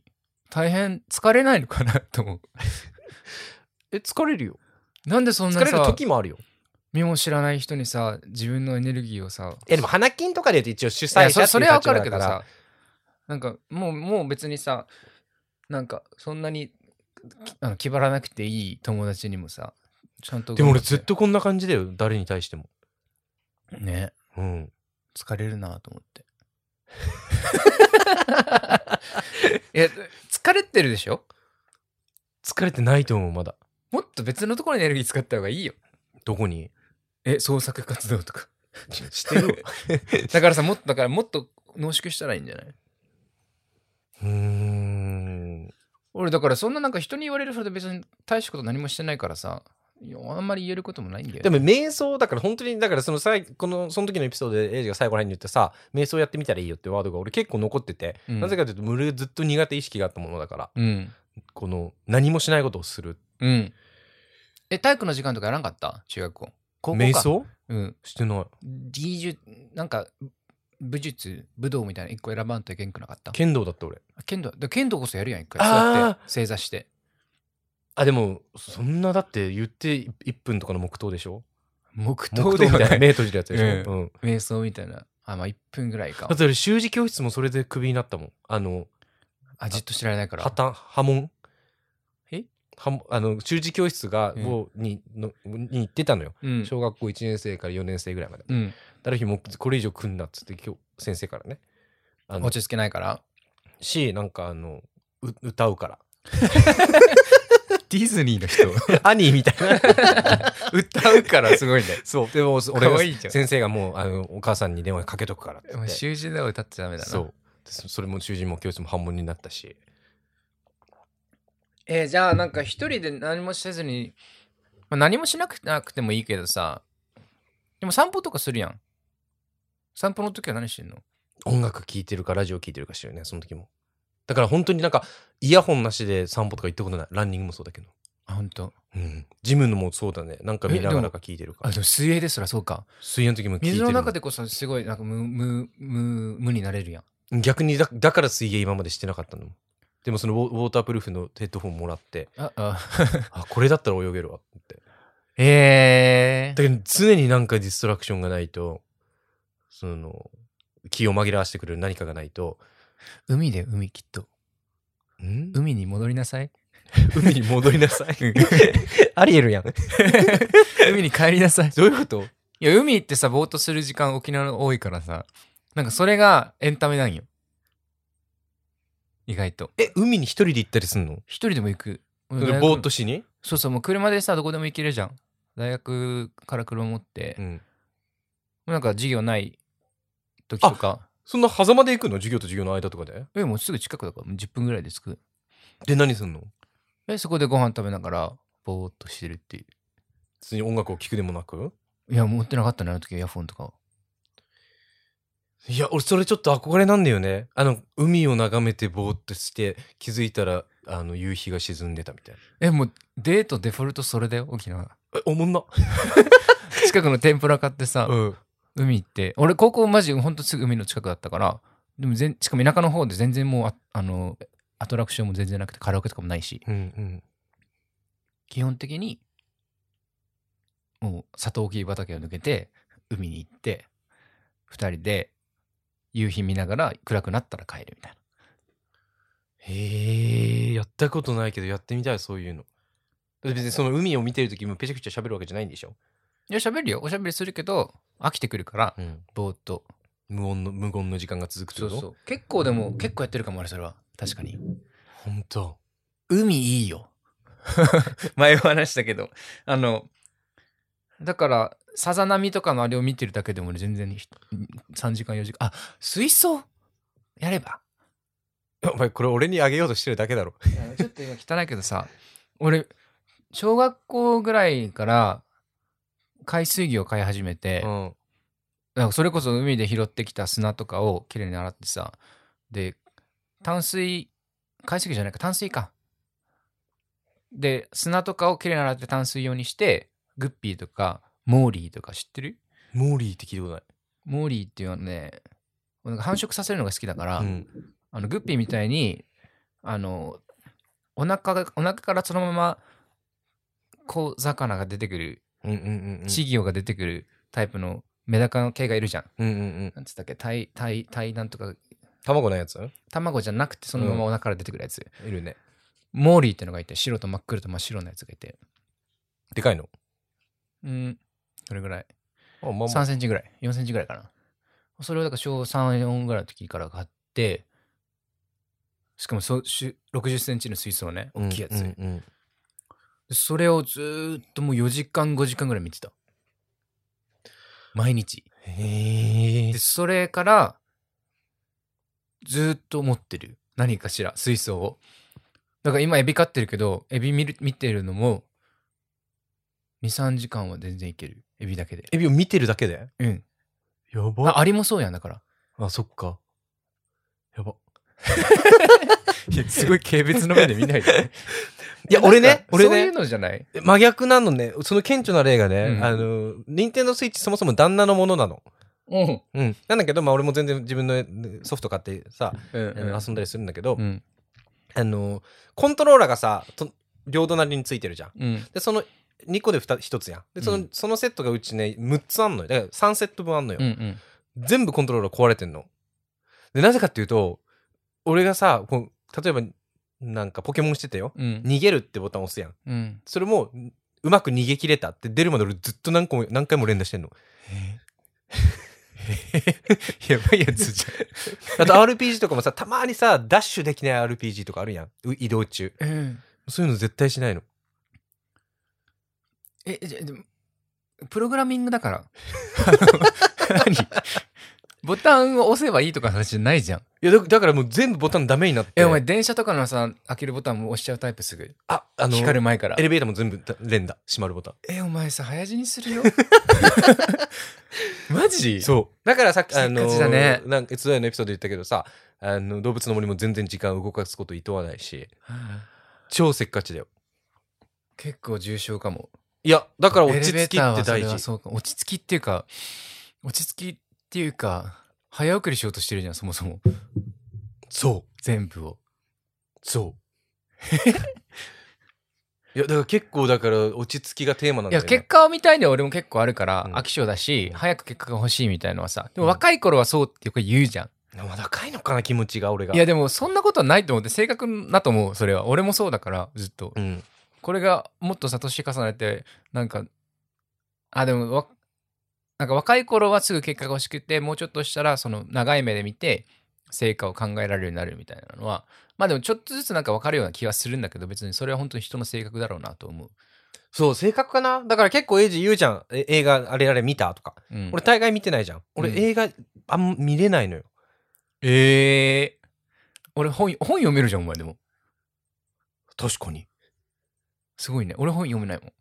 Speaker 2: 大変疲れないのかなと思う
Speaker 1: え、疲れるよ。
Speaker 2: なんでそん
Speaker 1: 疲
Speaker 2: な
Speaker 1: れる
Speaker 2: さ
Speaker 1: 時もあるよ。
Speaker 2: 身も知らない人にさ自分のエネルギーをさ
Speaker 1: え、でも、花金とかで言うと一応主
Speaker 2: い
Speaker 1: 催
Speaker 2: や
Speaker 1: 者
Speaker 2: そそれはわかる
Speaker 1: って
Speaker 2: け
Speaker 1: いう立場
Speaker 2: ど
Speaker 1: だら
Speaker 2: さなんかもうもう別にさなんかそんなにきあの気張らなくていい友達にもさちゃんと
Speaker 1: でも俺ずっとこんな感じだよ。誰に対しても。
Speaker 2: ね
Speaker 1: うん。
Speaker 2: 疲れるなと思って いや疲れてるでしょ
Speaker 1: 疲れてないと思う、まだ。
Speaker 2: もっと別のところにエネルギー使った方がいいよ
Speaker 1: どこに
Speaker 2: え創作活動とか
Speaker 1: してるわ
Speaker 2: だからさもっとだからもっと濃縮したらいいんじゃないう
Speaker 1: ーん。
Speaker 2: 俺だからそんななんか人に言われるほど別に大したこと何もしてないからさいやあんまり言えることもないんだよね
Speaker 1: でも瞑想だから本当にだからその最このその時のエピソードでエイジが最後らへんに言ってさ瞑想やってみたらいいよってワードが俺結構残ってて、
Speaker 2: うん
Speaker 1: なぜかというと俺ずっと苦手意識があったものだから
Speaker 2: うん
Speaker 1: この何もしないことをする
Speaker 2: うん。え、体育の時間とかやらんかった中学校。高校か
Speaker 1: 瞑想
Speaker 2: うん。
Speaker 1: してない
Speaker 2: 技術、なんか、武術、武道みたいな一個選ばんといけんくなかった
Speaker 1: 剣道だって俺
Speaker 2: 剣道、で剣道こそやるやん、一回。
Speaker 1: あー
Speaker 2: 座って、正座して。
Speaker 1: あでもそんなだって言って1分とかの黙祷でしょ
Speaker 2: 黙
Speaker 1: 黙祷
Speaker 2: 祷で
Speaker 1: み
Speaker 2: は
Speaker 1: たい
Speaker 2: な。
Speaker 1: ない目閉じるやつでしょ、うん
Speaker 2: 瞑想みたいな。あ、まあ1分ぐらいか
Speaker 1: だっ。て俺習字教室もそれでクビになったもんあの
Speaker 2: あ、じっと知られないから
Speaker 1: 破。綻破門
Speaker 2: え
Speaker 1: はもあの習字教室が、
Speaker 2: うん
Speaker 1: をにのに行ってたのよ
Speaker 2: うん。
Speaker 1: 小学校1年生から4年生ぐらいまで、
Speaker 2: うん。
Speaker 1: ある日もうこれ以上来んなっつって今日先生からねあの
Speaker 2: 落ち着けないから。
Speaker 1: しなんかあのう歌うから
Speaker 2: ディズニーの人。
Speaker 1: 兄みたいな
Speaker 2: 歌うからす ごいね。
Speaker 1: そうでも俺が
Speaker 2: 可愛いじゃん
Speaker 1: 先生がもうあのお母さんに電話かけとくからって言
Speaker 2: も
Speaker 1: っ
Speaker 2: う
Speaker 1: て
Speaker 2: 習字では歌っちゃダメだな。
Speaker 1: そうでそそれも囚人も教室も反問になったし
Speaker 2: えーじゃあなんか一人で何もせずに、まあ、何もしなくなくてもいいけどさでも散歩とかするやん散歩の時は何してんの
Speaker 1: 音楽聴いてるかラジオ聴いてるかしてるねその時もだから本当になんかイヤホンなしで散歩とか行ったことないランニングもそうだけど
Speaker 2: あ本当。
Speaker 1: うんジムのもそうだねなんか見ながらか聴いてるか
Speaker 2: あでも水泳ですらそうか
Speaker 1: 水泳の時も聴いてる
Speaker 2: 水
Speaker 1: も
Speaker 2: の
Speaker 1: ん
Speaker 2: 中でこそすごいなんか無無無無になれるやん
Speaker 1: 逆にだだから水泳今までしてなかったのでもそのウォウォータープルーフのヘッドホンもらって
Speaker 2: ああ
Speaker 1: あこれだったら泳げるわって
Speaker 2: え
Speaker 1: だけど常になんかディストラクションがないとその気を紛らわしてくれる何かがないと
Speaker 2: 海で海きっと
Speaker 1: ん
Speaker 2: 海に戻りなさい
Speaker 1: 海 に戻りなさい アリエルやんど
Speaker 2: 海に帰りなさいう
Speaker 1: いうこと
Speaker 2: いや海行ってさぼーっとする時間沖縄多いからさなんかそれがエンタメなんよ意外と
Speaker 1: え海に一人で行ったりすんの
Speaker 2: 一人でも行く。
Speaker 1: ぼ
Speaker 2: 大学
Speaker 1: ーっとしに、
Speaker 2: そうそう、もう車でさ、どこでも行けるじゃん。大学から車持って、も
Speaker 1: ん、
Speaker 2: うなんか授業ない時とか、
Speaker 1: そんな狭間で行くの授業と授業の間とかで
Speaker 2: え、もうすぐ近くだから、もう10分ぐらいで着く。
Speaker 1: で何すんの
Speaker 2: え、そこでご飯食べながら、ぼーっとしてるってい
Speaker 1: 別に音楽を聴くでもなく
Speaker 2: う。いや、持ってなかったね、あの時イヤフォンとか。
Speaker 1: いや、俺、それちょっと憧れなんだよね。あの、海を眺めてぼーっとして、気づいたら、あの、夕日が沈んでたみたいな。
Speaker 2: え、もうデートデフォルトそれだよ、沖縄。
Speaker 1: え、おもんな。
Speaker 2: 近くの天ぷら買ってさ、
Speaker 1: うん。
Speaker 2: 海行って。俺、高校マジ、ほんとすぐ海の近くだったから、でも全、しかも田舎の方で全然もうあ、あの、アトラクションも全然なくて、カラオケとかもないし。
Speaker 1: うんうん。
Speaker 2: 基本的にもうサトウキビ畑を抜けて海に行って2人で夕日見ながら暗くなったら帰るみたいな
Speaker 1: へえ、やったことないけど、やってみたい、そういうの。だって別にその海を見てる時もペチャクチャ喋るわけじゃないんでしょ
Speaker 2: いや、喋るよ。おしゃべりするけど、飽きてくるから、
Speaker 1: うん
Speaker 2: ぼーっと。
Speaker 1: 無音の無言の時間が続くって
Speaker 2: そ
Speaker 1: こ
Speaker 2: う
Speaker 1: と
Speaker 2: そう。結構でも、結構やってるかもあれ、それは。確かに。
Speaker 1: 本当
Speaker 2: 海いいよ。 前お話したけど。あの、だから、さざ波とかのあれを見てるだけでも俺全然ひ3時間4時間。あ、水槽やれば。
Speaker 1: お前これ俺にあげようとしてるだけだろ
Speaker 2: ちょっと今汚いけどさ、俺、小学校ぐらいから海水魚を飼い始めて、
Speaker 1: うん
Speaker 2: なんかそれこそ海で拾ってきた砂とかをきれいに洗ってさで淡水海水魚じゃないか淡水かで砂とかをきれいに洗って淡水用にしてグッピーとかモーリーとか知ってる
Speaker 1: モーリーって聞いたことない
Speaker 2: モーリーっていうのはねなんか繁殖させるのが好きだから、
Speaker 1: うん
Speaker 2: あのグッピーみたいにあのお腹がお腹からそのまま小魚が出てくる
Speaker 1: うんうんうん
Speaker 2: 稚魚が出てくるタイプのメダカの系がいるじゃん
Speaker 1: うんうんうん
Speaker 2: なんつったっけ、タイ、タイ、タイなんとか、
Speaker 1: 卵のやつ
Speaker 2: 卵じゃなくてそのままお腹から出てくるやつ。
Speaker 1: いるね
Speaker 2: モーリーってのがいて、白と真っ黒と真っ白のやつがいて。
Speaker 1: でかいの
Speaker 2: うん。どれぐらい
Speaker 1: あまあまあ
Speaker 2: ?3 センチぐらい。4センチぐらいかな。それをだから小3、4ぐらいの時から買って、しかもそうしゅ60センチの水槽ね、大きいや
Speaker 1: う
Speaker 2: つ。
Speaker 1: んうんうん
Speaker 2: それをずーっともう4時間、5時間ぐらい見てた。毎日。
Speaker 1: へえ
Speaker 2: で、それから、ずーっと持ってる。何かしら、水槽を。だから今、エビ飼ってるけど、エビ見る見てるのも、2、3時間は全然いける。エビだけで。
Speaker 1: エビを見てるだけで
Speaker 2: うん。
Speaker 1: や
Speaker 2: あ、
Speaker 1: ば
Speaker 2: アリもそうやん、だから。
Speaker 1: あそっかや ばいやすごい軽蔑の目で見ないでいや俺
Speaker 2: な
Speaker 1: ね
Speaker 2: んか
Speaker 1: 俺
Speaker 2: そうい
Speaker 1: ね
Speaker 2: うのじゃない
Speaker 1: 真逆なのねその顕著な例がね、
Speaker 2: うん
Speaker 1: あの任天堂スイッチそもそも旦那のものなの
Speaker 2: うん。
Speaker 1: うん、なんだけど、まあ、俺も全然自分のねソフト買ってさ、
Speaker 2: うん。
Speaker 1: あの遊んだりするんだけど、
Speaker 2: うん。
Speaker 1: あのコントローラーがさと両隣についてるじゃん
Speaker 2: うん。
Speaker 1: でその2個で 2, 1つやんでその,、
Speaker 2: うん
Speaker 1: そのセットがうちね6つあんのよだから3セット分あんのよ、
Speaker 2: うん。
Speaker 1: 全部コントローラー壊れてんのでなぜかっていうと俺がさこう例えばなんかポケモンしてたよ
Speaker 2: うん。
Speaker 1: 逃げるってボタン押すやん
Speaker 2: うん。
Speaker 1: それもうまく逃げ切れたって出るまで俺ずっと何個も何回も連打してんの
Speaker 2: や ばいやつじ
Speaker 1: あと RPG とかもさたまにさダッシュできない RPG とかあるやんう移動中
Speaker 2: ゃん。うん。
Speaker 1: そういうの絶対しないの
Speaker 2: え、じゃ、でもプログラミング だから。何ボタンを押せばいいとかの話じゃないじゃん。
Speaker 1: いやだだからもう全部ボタンダメになって
Speaker 2: え、お前、電車とかのさ、開けるボタンも押しちゃうタイプすぐ。
Speaker 1: ああの
Speaker 2: 光る前から
Speaker 1: エ。レベーターも全部だ連打閉まるボタン
Speaker 2: え、お前さ、早死に するよ。マジ
Speaker 1: そうだからさっき
Speaker 2: せ
Speaker 1: あ
Speaker 2: っ
Speaker 1: の
Speaker 2: かちだね
Speaker 1: なんかつだのエピソードで言ったけどさあの動物の森も全然時間を動かすこといとわないし超せっかちだよ
Speaker 2: 結構重症かも。
Speaker 1: いやだから落
Speaker 2: エレ
Speaker 1: ち
Speaker 2: ベ
Speaker 1: 着き
Speaker 2: ー
Speaker 1: っ
Speaker 2: ターは
Speaker 1: て
Speaker 2: それ
Speaker 1: 大
Speaker 2: は
Speaker 1: 事
Speaker 2: そうか。落ち着きっていうか、落ち着きっていうか、早送りしようとしてるじゃん、そもそも。
Speaker 1: そう
Speaker 2: 全部を。
Speaker 1: そう いやだから結構だから落ち着きがテーマなん
Speaker 2: い
Speaker 1: だよ
Speaker 2: や、
Speaker 1: ね
Speaker 2: 結果を見たいのは俺も結構あるから、
Speaker 1: うん
Speaker 2: 飽き性だし、早く結果が欲しいみたいのはさ。でも
Speaker 1: うん
Speaker 2: 若い頃はそうってよく言うじゃん。
Speaker 1: まだ高いのかな気持ちが俺が
Speaker 2: いや、でもそんなことはないと思って、正確だと思う、それは。俺もそうだから、ずっと。
Speaker 1: うん
Speaker 2: これがもっとさ年重ねてなんかあでもわなんか若い頃はすぐ結果が欲しくてもうちょっとしたらその長い目で見て成果を考えられるようになるみたいなのはまあでもちょっとずつなんか分かるような気がするんだけど別にそれは本当に人の性格だろうなと思う、
Speaker 1: そう性格かなだから結構エイジ言うじゃんえ映画あれあれ見たとか
Speaker 2: うん、
Speaker 1: 俺大概見てないじゃん俺
Speaker 2: うん
Speaker 1: 映画あんま見れないのよ
Speaker 2: ええ俺本本読めるじゃんお前でも
Speaker 1: 確かに
Speaker 2: すごいね俺本読めないもん
Speaker 1: い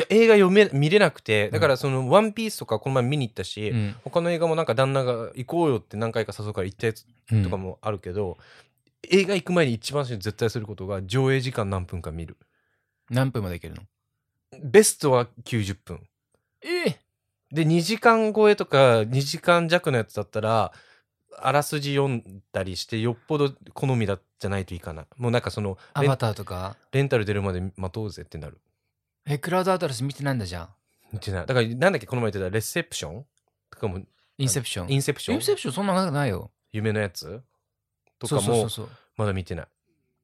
Speaker 1: や映画読め見れなくてだからその「ワンピースとかこの前見に行ったし、
Speaker 2: うん
Speaker 1: 他の映画もなんか旦那が行こうよって何回か誘うから行ったやつ
Speaker 2: うん
Speaker 1: とかもあるけど、映画行く前に一番最初に絶対することが上映時間何分か見る
Speaker 2: 何分までいけるの
Speaker 1: ベストは90分
Speaker 2: ええ
Speaker 1: で2時間超えとか2時間弱のやつだったらあらすじ読んだりしてよっぽど好みだじゃないといかないもうなんかその
Speaker 2: ア
Speaker 1: レ
Speaker 2: バ
Speaker 1: ン
Speaker 2: ターとか
Speaker 1: レンタル出るまで待とうぜってなる
Speaker 2: えクラウドアトラス見てないんだじゃん
Speaker 1: 見てないだからなんだっけこの前言ってたレセプションとかも
Speaker 2: インセプション
Speaker 1: インセプショ
Speaker 2: インセ
Speaker 1: ン
Speaker 2: プションそんな長くないよ
Speaker 1: 夢のやつとか
Speaker 2: そうそうそ
Speaker 1: も
Speaker 2: うそう
Speaker 1: まだ見てない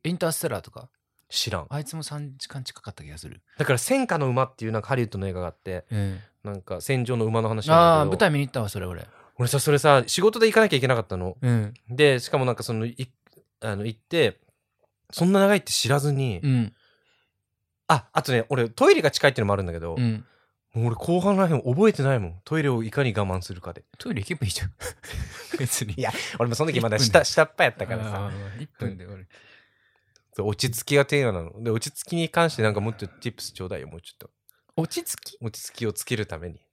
Speaker 2: インターステラーとか
Speaker 1: 知らん
Speaker 2: あいつも3時間近かった気がする
Speaker 1: だから「戦火の馬」っていうなんかハリウッドの映画があって
Speaker 2: うん
Speaker 1: なんか戦場の馬の話
Speaker 2: あ
Speaker 1: な
Speaker 2: あ
Speaker 1: んだ
Speaker 2: 舞
Speaker 1: けど
Speaker 2: 台見に行ったわそれ俺
Speaker 1: 俺さそれさ仕事で行かなきゃいけなかったの
Speaker 2: うん
Speaker 1: でしかもなんかそのいあの行ってそんな長いって知らずに、
Speaker 2: うん
Speaker 1: ああとね俺トイレが近いっていうのもあるんだけど、
Speaker 2: うん
Speaker 1: もう俺後半らへん覚えてないもんトイレをいかに我慢するかで
Speaker 2: トイレ行けばいいじ ゃん別に
Speaker 1: いや俺もその時まだ
Speaker 2: 一分
Speaker 1: 下
Speaker 2: で
Speaker 1: 下っ端やったからさ
Speaker 2: 1分で俺
Speaker 1: そう落ち着きがテーマなので落ち着きに関してなんかもっと tips ちょうだいよもうちょっと
Speaker 2: 落ち着き
Speaker 1: 落ち着きをつけるために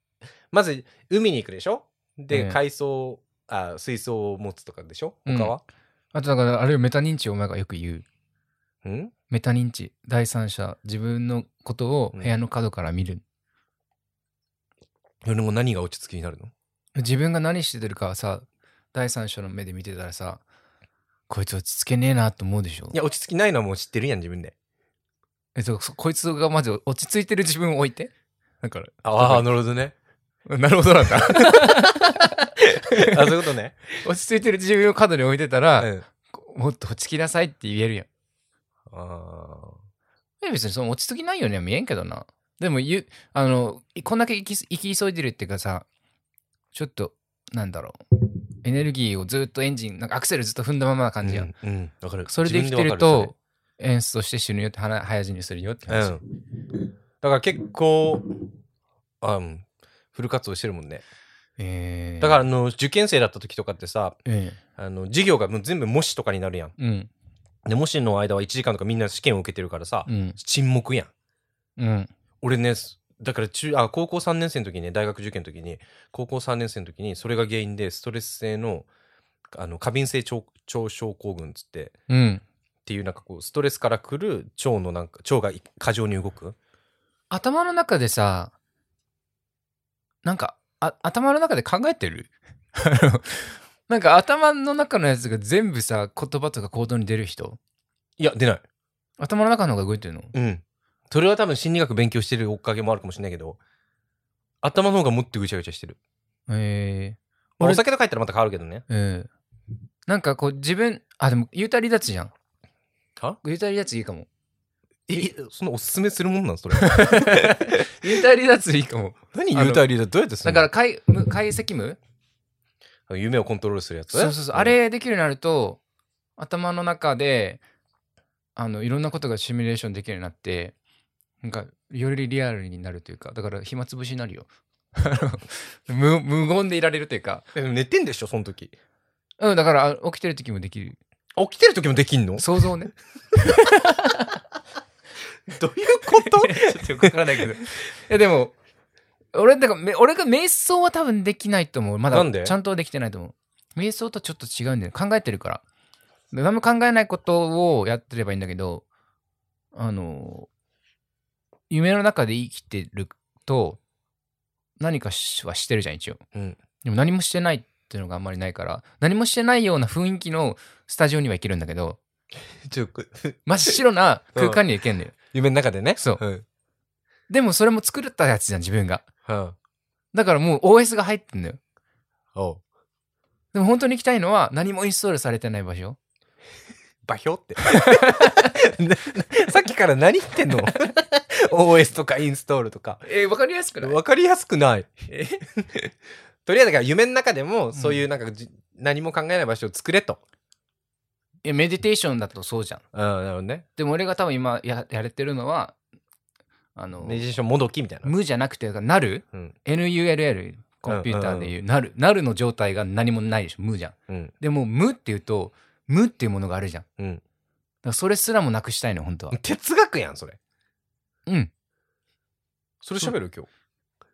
Speaker 1: まず海に行くでしょで、
Speaker 2: ええ
Speaker 1: 海藻あ水槽を持つとかでしょ
Speaker 2: うん
Speaker 1: 他は、
Speaker 2: あとだからあれよメタ認知をお前がよく言う
Speaker 1: うん
Speaker 2: メタ認知第三者自分のことを部屋の角から見る、
Speaker 1: 夜も何が落ち着きになるの
Speaker 2: 自分が何してるかはさ第三者の目で見てたらさこいつ落ち着けねえなと思うでしょ
Speaker 1: いや落ち着きないのはもう知ってるやん自分で
Speaker 2: えそうそこいつがまず落ち着いてる自分を置いてだから
Speaker 1: ああなるほどね
Speaker 2: なるほどなんだ
Speaker 1: あそういうこと ね、
Speaker 2: 落ち着いてる自分を角に置いてた
Speaker 1: う
Speaker 2: ら、
Speaker 1: ん、
Speaker 2: こもっと落ち着きなさいって言えるやん
Speaker 1: あ
Speaker 2: え別にその落ち着きないようには見えんけどなでもゆあのいこんだけ生き生き急いでるっていうかさちょっとなんだろうエネルギーをずっとエンジンなんかアクセルずっと踏んだままな
Speaker 1: あ
Speaker 2: 感じやん、
Speaker 1: うん、うんわかる
Speaker 2: それで生きてる
Speaker 1: 自分でわか
Speaker 2: と演出として死ぬよってはな早死にするよって
Speaker 1: それ
Speaker 2: 話、
Speaker 1: うんだから結構あうんフル活動してるもんね
Speaker 2: えー
Speaker 1: だからあの受験生だった時とかってさ
Speaker 2: え
Speaker 1: あの授業がもう全部模試とかになるやん
Speaker 2: えうん
Speaker 1: で模試の間は1時間とかみんな試験を受けてるからさ、
Speaker 2: うん
Speaker 1: 沈黙やん
Speaker 2: うん
Speaker 1: 俺ねすだから中あ高校3年生の時にね大学受験の時に高校3年生の時にそれが原因でストレス性のあの過敏性腸腸症候群っつって
Speaker 2: うん
Speaker 1: っていうなんかこうストレスから来る腸のなんか腸が過剰に動く
Speaker 2: 頭の中でさなんかあ頭の中で考えてる あのなんか頭の中のやつが全部さ言葉とか行動に出る人
Speaker 1: いや出ない
Speaker 2: 頭の中の方が動いてるの
Speaker 1: うんそれは多分心理学勉強してるおかげもあるかもしれないけど頭の方がもっとぐちゃぐちゃしてる、
Speaker 2: え
Speaker 1: まあ
Speaker 2: 俺
Speaker 1: お酒とか入ったらまた変わるけどね
Speaker 2: えうんなんかこう自分あでも言うたりだちじゃん
Speaker 1: は
Speaker 2: 言うたりだちいいかも
Speaker 1: えいそのおすすめするもんなんそれ
Speaker 2: 言うたりだちいいかも
Speaker 1: 何幽体離脱どうやってす
Speaker 2: だ
Speaker 1: る
Speaker 2: から
Speaker 1: の
Speaker 2: 解む解析無
Speaker 1: 夢をコントロールするやつ
Speaker 2: そうそうそう、あれできるようになると頭の中であのいろんなことがシミュレーションできるようになってなんかよりリアルになるというかだから暇つぶしになるよ 無無言でいられるというか、
Speaker 1: え寝てんでしょその時
Speaker 2: うん、だからあ起きてる時もできる
Speaker 1: 起きてる時もできん の
Speaker 2: 想像ね
Speaker 1: どういうこ
Speaker 2: ちょっとよくわからないけどいやでも俺だからめ俺が瞑想は多分できないと思うまだ
Speaker 1: なんで
Speaker 2: ちゃんとはできてないと思う瞑想とちょっと違うんだよ考えてるから何も考えないことをやってればいいんだけどあの夢の中で生きてると何かしはしてるじゃん一応
Speaker 1: うん
Speaker 2: でも何もしてないっていうのがあんまりないから何もしてないような雰囲気のスタジオには行けるんだけど
Speaker 1: ちょこ
Speaker 2: 真っ白な空間には行けんのよ、
Speaker 1: 夢の中でね
Speaker 2: そうんでもそれも作ったやつじゃん自分が
Speaker 1: は
Speaker 2: だからもう OS が入ってんだよ。
Speaker 1: あ、おう
Speaker 2: でも本当に行きたいのは何もインストールされてない場所。
Speaker 1: バヒョって ななさっきから何言って んの OS とかインストールとか
Speaker 2: えー、わかりやすく
Speaker 1: わかりやすくない とりあえずだから夢の中でもそういうなんかじ、何も考えない場所を作れと
Speaker 2: え、メディテーションだとそうじゃん。
Speaker 1: うんなるほどね
Speaker 2: でも俺が多分今ややれてるのは、あの、
Speaker 1: メディテーションもどきみたいな
Speaker 2: 無じゃなくて、なる、
Speaker 1: うん
Speaker 2: ?NULL、コンピューターでいう、なる。なるの状態が何もないでしょ、無じゃ
Speaker 1: う
Speaker 2: ん。
Speaker 1: ん
Speaker 2: でも、無っていうと、無っていうものがあるじゃん。だ
Speaker 1: うん
Speaker 2: からそれすらもなくしたいの、本当は。
Speaker 1: 哲学やんそれ
Speaker 2: うん。
Speaker 1: それ喋る今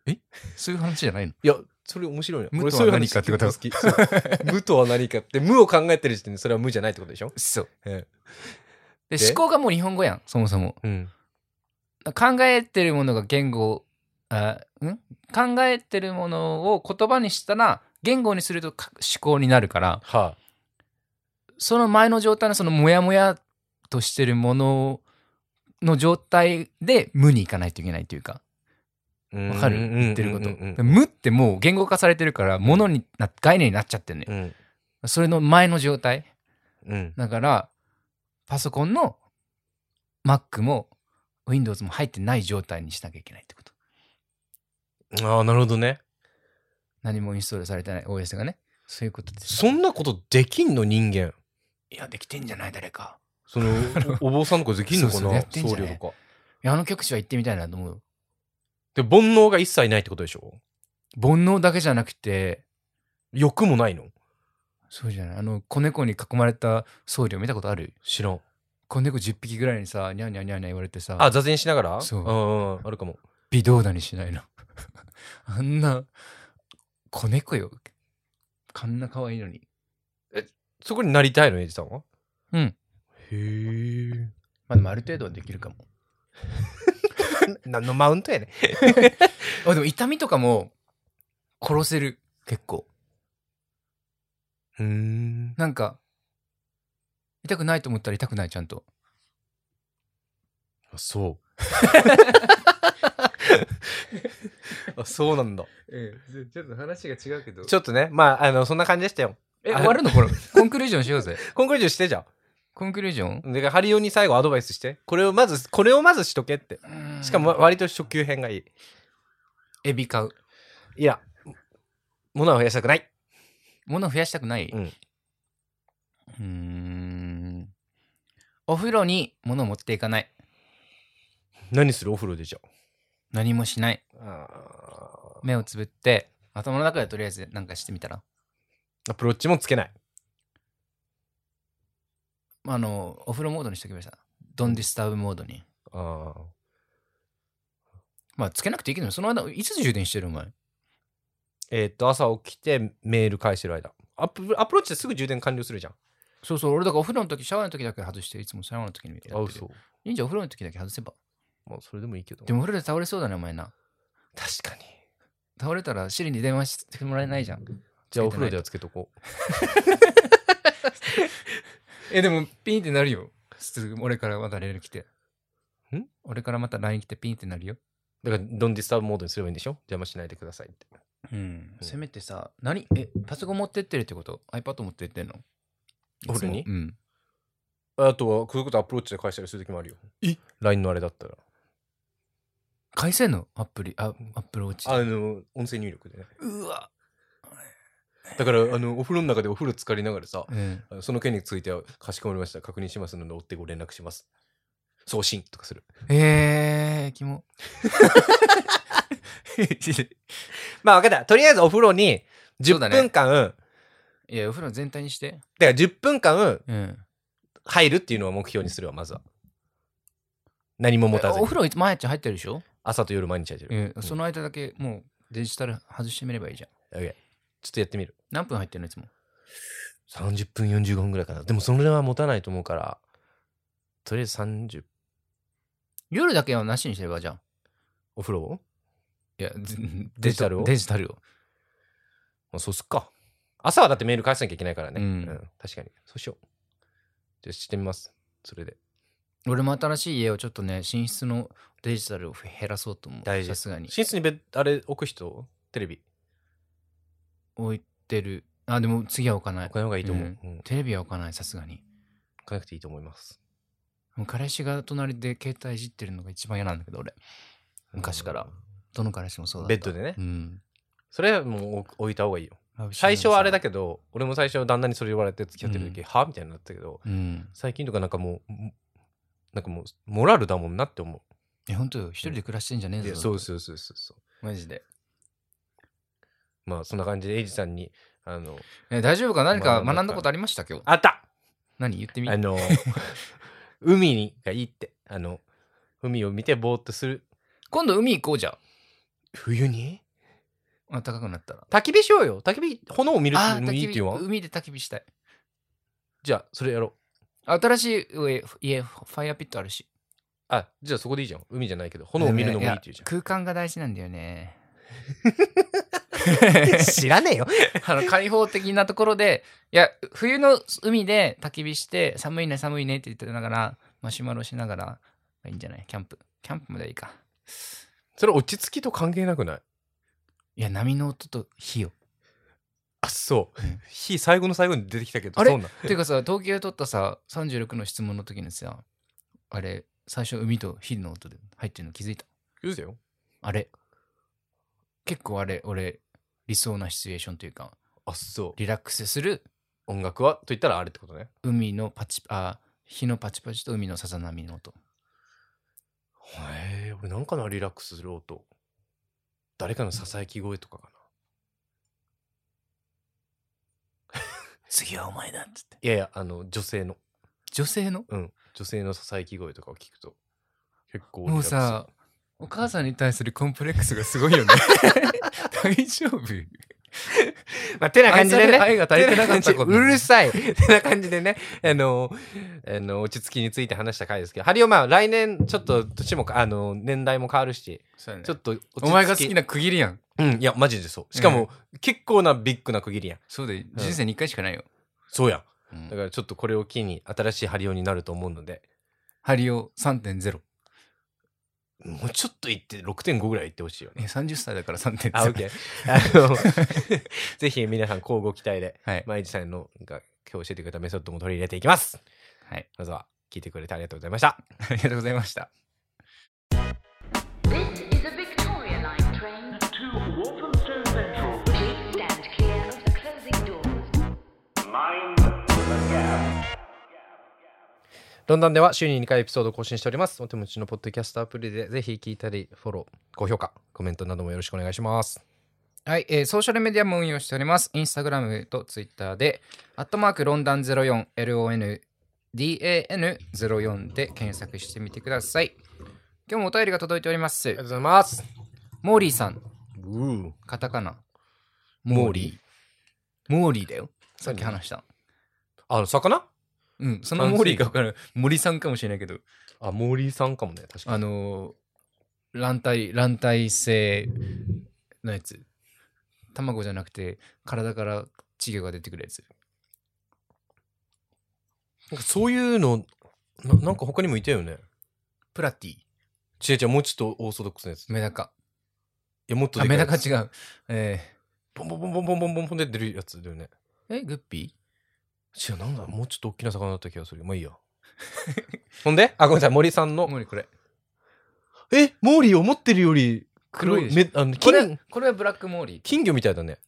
Speaker 1: 日
Speaker 2: そういう話じゃないの。
Speaker 1: いや、それ面白いな。
Speaker 2: 無
Speaker 1: 俺
Speaker 2: とは
Speaker 1: そういう
Speaker 2: 何
Speaker 1: 話
Speaker 2: かってこと
Speaker 1: 結構好き。そう無とは何かって、無を考えてる時点でそれは無じゃないってことでしょ
Speaker 2: そう。
Speaker 1: え
Speaker 2: で、
Speaker 1: で
Speaker 2: 思考がもう日本語やん、そもそも。
Speaker 1: うん。
Speaker 2: 考えてるものが言語あん考えてるものを言葉にしたら言語にするとか思考になるから
Speaker 1: は
Speaker 2: その前の状態のそのモヤモヤとしてるものの状態で無に行かないといけないというか
Speaker 1: あ。
Speaker 2: わかる
Speaker 1: うん
Speaker 2: 言ってるこ
Speaker 1: うんうん
Speaker 2: と
Speaker 1: うん
Speaker 2: 無ってもう言語化されてるからものにな概念になっちゃってるね
Speaker 1: うん。
Speaker 2: それの前の状態
Speaker 1: うん。
Speaker 2: だからパソコンの Mac も Windows も入ってない状態にしなきゃいけないってこと
Speaker 1: ああ、なるほどね。
Speaker 2: 何もインストールされてない OS がね。そういうことです。
Speaker 1: そんなことできんの人間。
Speaker 2: いや、できてんじゃない誰か。
Speaker 1: その、おお 坊さんとかできんのか
Speaker 2: そうそうや
Speaker 1: な
Speaker 2: ってんじ
Speaker 1: 僧
Speaker 2: ゃない
Speaker 1: 侶とか。
Speaker 2: いや、あの局地は行ってみたいなと思うよ。
Speaker 1: で、煩悩が一切ないってことでしょ
Speaker 2: 煩悩だけじゃなくて、
Speaker 1: 欲もないの
Speaker 2: そうじゃない。あの、子猫に囲まれた僧侶見たことある
Speaker 1: 知らん。
Speaker 2: 子猫10匹ぐらいにさ、にゃんにゃんにゃんにゃん言われてさ、
Speaker 1: あ、座禅しながら
Speaker 2: そうん
Speaker 1: うん、あるかも。
Speaker 2: 微動だにしないの。 あんな、子猫よ。あんな可愛いのに。
Speaker 1: そこになりたいの、エイジさんは
Speaker 2: うん。
Speaker 1: へえ。
Speaker 2: まあでもある程度はできるかも。
Speaker 1: 何のマウントやね
Speaker 2: あでも痛みとかも殺せる。結構。
Speaker 1: うーん。
Speaker 2: なんか、痛くないと思ったら痛くない、ちゃんと。
Speaker 1: あ、 そう。あ、そうなんだ。
Speaker 2: ちょっと話が違うけど
Speaker 1: ちょっとね、まあ、あの、そんな感じでしたよ。
Speaker 2: え、終わるのこれ。 コンクルージョンしようぜ。
Speaker 1: コンクリートしてじゃ
Speaker 2: コンクルージョン
Speaker 1: ん。で、ハリオに最後アドバイスして。これをまず、これをまずしとけって。しかも、割と初級編がいい。
Speaker 2: エビ買う。
Speaker 1: いや、物は増やしたくない。
Speaker 2: 物増やしたくない
Speaker 1: うん
Speaker 2: うーん。お風呂に物を持っていかない。
Speaker 1: 何するお風呂でじゃ
Speaker 2: 何もしない。
Speaker 1: あ
Speaker 2: 目をつぶって、頭の中でとりあえずなんかしてみたら。
Speaker 1: ーアプローチもつけない。
Speaker 2: まああの、お風呂モードにしておきました。ドンディスターブモードに。
Speaker 1: あー
Speaker 2: まあ、つけなくていいけど、その間、いつ充電してるお前。
Speaker 1: えーっと、朝起きてメール返してる間。アプアプローチですぐ充電完了するじゃん。
Speaker 2: そうそう、俺だからお風呂の時、シャワーの時だけ外して、いつもシャワーの時にやってる。
Speaker 1: う。
Speaker 2: いいんじゃん、お風呂の時だけ外せば。
Speaker 1: まあ、それでもいいけど。
Speaker 2: でもお風呂で倒れそうだね、お前な。
Speaker 1: 確かに。
Speaker 2: 倒れたらシリに電話してもらえないじゃん。
Speaker 1: じゃあ、お風呂ではつけとこう。
Speaker 2: え、でも、ピンってなるよ。すぐ俺からまた連絡来て。
Speaker 1: ん
Speaker 2: 俺からまた LINE 来てピンってなるよ。
Speaker 1: だから、ドンディスターブモードにすればいいんでしょ邪魔しないでくださいって。
Speaker 2: うん。
Speaker 1: うん
Speaker 2: せめてさ、何え、パソコン持ってってるってこと ?iPad 持ってってんの
Speaker 1: お風呂に
Speaker 2: いつもうん。
Speaker 1: あとは、こういうことアプローチで返したりするときもあるよ。
Speaker 2: え
Speaker 1: ?LINE のあれだったら。
Speaker 2: 返せんのアプリ、あ、アップルウォッチで。
Speaker 1: あの、音声入力 でね。
Speaker 2: うわ。
Speaker 1: だから、あの、お風呂の中でお風呂浸かりながらさ、
Speaker 2: うん。
Speaker 1: あのその件については、かしこまりました。確認しますので、追ってご連絡します。送信とかする。
Speaker 2: えー、キモ。
Speaker 1: まあ、分かった。とりあえずお風呂に、
Speaker 2: そ
Speaker 1: 10
Speaker 2: うだね
Speaker 1: 分間、だか
Speaker 2: いや、お風呂全体にして。
Speaker 1: ら10分間
Speaker 2: うん。
Speaker 1: 入るっていうのを目標にするわ、まずは。何も持たず
Speaker 2: お
Speaker 1: に。
Speaker 2: 風呂毎日入ってるでしょ
Speaker 1: 朝と夜毎日入ってる。
Speaker 2: うん。その間だけ、もうデジタル外してみればいいじゃん。
Speaker 1: OK ちょっとやってみる。
Speaker 2: 何分入ってるのいつも。
Speaker 1: 30分45分ぐらいかな。でもそれは持たないと思うから、とりあえず30、
Speaker 2: 夜だけはなしにしてればじゃん。
Speaker 1: お風呂を
Speaker 2: いや、ず
Speaker 1: デジタルを
Speaker 2: デジタルを。
Speaker 1: まあ、そうすっか。朝はだってメール返さなきゃいけないからね。
Speaker 2: う
Speaker 1: うんん。確かに。そうしよう。じゃあしてみます。それで。
Speaker 2: 俺も新しい家をちょっとね、寝室のデジタルを減らそうと思う。
Speaker 1: 大事
Speaker 2: さすがに。
Speaker 1: 寝室にベッあれ置く人テレビ。
Speaker 2: 置いてる。あ、でも次は置かない
Speaker 1: 置。かない方がいいと思う。
Speaker 2: う
Speaker 1: うんん。置
Speaker 2: テレビは置かない、さすがに。
Speaker 1: かなくていいと思います。
Speaker 2: もう彼氏が隣で携帯いじってるのが一番嫌なんだけど、俺。昔から。どの彼氏もそうだった。
Speaker 1: ベッドでね
Speaker 2: うん。
Speaker 1: それはもう置置いた方がいいよ。
Speaker 2: ラブシーン
Speaker 1: 最初はあれだ
Speaker 2: け
Speaker 1: けど、俺も最初旦那にそれ言われて付き合ってる時、
Speaker 2: う
Speaker 1: はみたいになったけど、
Speaker 2: うん。
Speaker 1: 最近とかなんかもう、もなんかもう、モラルだもんなって思
Speaker 2: え、本当よ。一人で暮らしてんじゃね
Speaker 1: う。
Speaker 2: え
Speaker 1: い
Speaker 2: ぞ。
Speaker 1: やそうそうそうそうそう。
Speaker 2: マジで。
Speaker 1: まあそんな感じでエイジさんに、あの、
Speaker 2: え、大丈夫か何か
Speaker 1: まあ
Speaker 2: 学んだことありました今日。
Speaker 1: あった
Speaker 2: 何言ってみ
Speaker 1: あ。の、 海がいいって、あの、海を見てぼーっとする。
Speaker 2: 今度海行こうじゃん。
Speaker 1: 冬に
Speaker 2: 暖かくなったら。
Speaker 1: 焚き火しようよ。焚き火、炎を見る
Speaker 2: あ
Speaker 1: の
Speaker 2: ー、
Speaker 1: もいい
Speaker 2: 焚
Speaker 1: って
Speaker 2: き火
Speaker 1: 言わん
Speaker 2: 海で焚き火したい。
Speaker 1: じゃあ、それやろう。
Speaker 2: 新しい家、家ファイアピットあるし。
Speaker 1: あ、じゃあそこでいいじゃん。海じゃないけど、炎を見るのもいいって言うじ
Speaker 2: や空間が大事なんだ よね。
Speaker 1: ゃん。 知らねえよ。
Speaker 2: あの開放的なところで、いや、冬の海で焚き火して、寒いね、寒いねって言ってながら、マシュマロしながら、いいんじゃないキャンプ。キャンプまでいいか。
Speaker 1: それ落ち着きと関係なくない
Speaker 2: いや、波の音と火よ。
Speaker 1: あ、そう
Speaker 2: うん。
Speaker 1: 火最後の最後に出てきたけど、
Speaker 2: あれ
Speaker 1: そうなん
Speaker 2: ていうかさ、東京で撮ったさ、36の質問の時にさ、あれ、最初海と火の音で入ってるの気づいた。
Speaker 1: 言うぜよ。
Speaker 2: あれ。結構あれ、俺、理想なシチュエーションというか、
Speaker 1: あそう
Speaker 2: リラックスする
Speaker 1: 音楽はと言ったらあれってことね
Speaker 2: 海のパチあ火のパチパチと海のさざ波の音
Speaker 1: へえ俺なんかなリラックスする音誰かのささやき声とかかな
Speaker 2: 次はお前だっつって
Speaker 1: いやいやあの女性の
Speaker 2: 女性の
Speaker 1: うん女性のささやき声とかを聞くと結構リラッ
Speaker 2: もう
Speaker 1: クス
Speaker 2: さお母さんに対するコンプレックスがすごい よね大丈夫
Speaker 1: まあ、てな感じでね。
Speaker 2: 愛され愛が足りてな かったこと
Speaker 1: うるさい。てな感じで ね、あの、あの、落ち着きについて話した回ですけど、ハリオ、まあ、来年、ちょっと、年も、あの、年代も変わるし、ち
Speaker 2: ち
Speaker 1: ょ
Speaker 2: ょ
Speaker 1: っ
Speaker 2: っ
Speaker 1: と落ち着き、
Speaker 2: とお前が好き。な区切りやん
Speaker 1: うん、いや、マジでそう。しかも、結構なビッグな区切りやん。
Speaker 2: そうだよ人生に1回しかないよ、
Speaker 1: そうやん。
Speaker 2: うん
Speaker 1: だから、ちょっとこれを機に、新しいハリオになると思うので、
Speaker 2: ハリオ3.0
Speaker 1: もうちょっと行って、6.5ぐらい行ってほしいよ
Speaker 2: え
Speaker 1: ね。
Speaker 2: 30歳だから
Speaker 1: あ、オッ
Speaker 2: 3.0
Speaker 1: ケー。あの、 ぜひ皆さん、交互期待で、
Speaker 2: はい、
Speaker 1: 毎日さんのが今日教えてくれたメソッドも取り入れていきます。
Speaker 2: はい、
Speaker 1: まずは、聞いてくれてありがとうございました。
Speaker 2: ありがとうございました
Speaker 4: This is a Victoria Line train
Speaker 5: to Wolverhampton Central.
Speaker 4: Please stand clear of the closing doors.
Speaker 5: Mind the gap.
Speaker 1: ロンドンでは週に2回エピソードを更新しております。お手持ちのポッドキャストアプリでぜひ聞いたり、フォロー、高評価、コメントなどもよろしくお願いします。
Speaker 2: はい、えーソーシャルメディアも運用しております。インスタグラムとツイッターで、アットマークロンダン04、LONDAN04 で検索してみてください。今日もお便りが届いております
Speaker 1: ありがとう。ございます。
Speaker 2: モーリーさん、
Speaker 1: うー
Speaker 2: カタカナ。
Speaker 1: モーリ
Speaker 2: ー。モーリーだよ。さっき話した。
Speaker 1: あの、魚
Speaker 2: うん、そのモーリーが分からん。森さんかもしれないけど、
Speaker 1: あ、モーリーさんかもね、確か
Speaker 2: あ
Speaker 1: に。
Speaker 2: のー、卵体、卵体性のやつ。卵じゃなくて、体から稚魚が出てくるやつ。
Speaker 1: なんかそういうのな、なんか他にもいたよね。
Speaker 2: プラティ、
Speaker 1: ちえちゃん、もうちょっとオーソドックスなやつ。い
Speaker 2: メダカ。
Speaker 1: や、もっと
Speaker 2: あ、
Speaker 1: でか
Speaker 2: メ
Speaker 1: いや
Speaker 2: ダカ
Speaker 1: つ。
Speaker 2: 違う。え
Speaker 1: ボンボンボンボンボンボンボンボンで出るやつだよね。
Speaker 2: ーえ、グッピ
Speaker 1: 違う、なんだ、もうちょっと大きな魚だった気がする。まあいいや。ほんであ、ごめんなさい、森さん
Speaker 2: ー
Speaker 1: の。
Speaker 2: もうこれ。
Speaker 1: え、モーリー思ってるより
Speaker 2: 黒いでしょ
Speaker 1: めあの
Speaker 2: これ
Speaker 1: 金、
Speaker 2: これはブラックモーリー。
Speaker 1: 金魚みたいだね。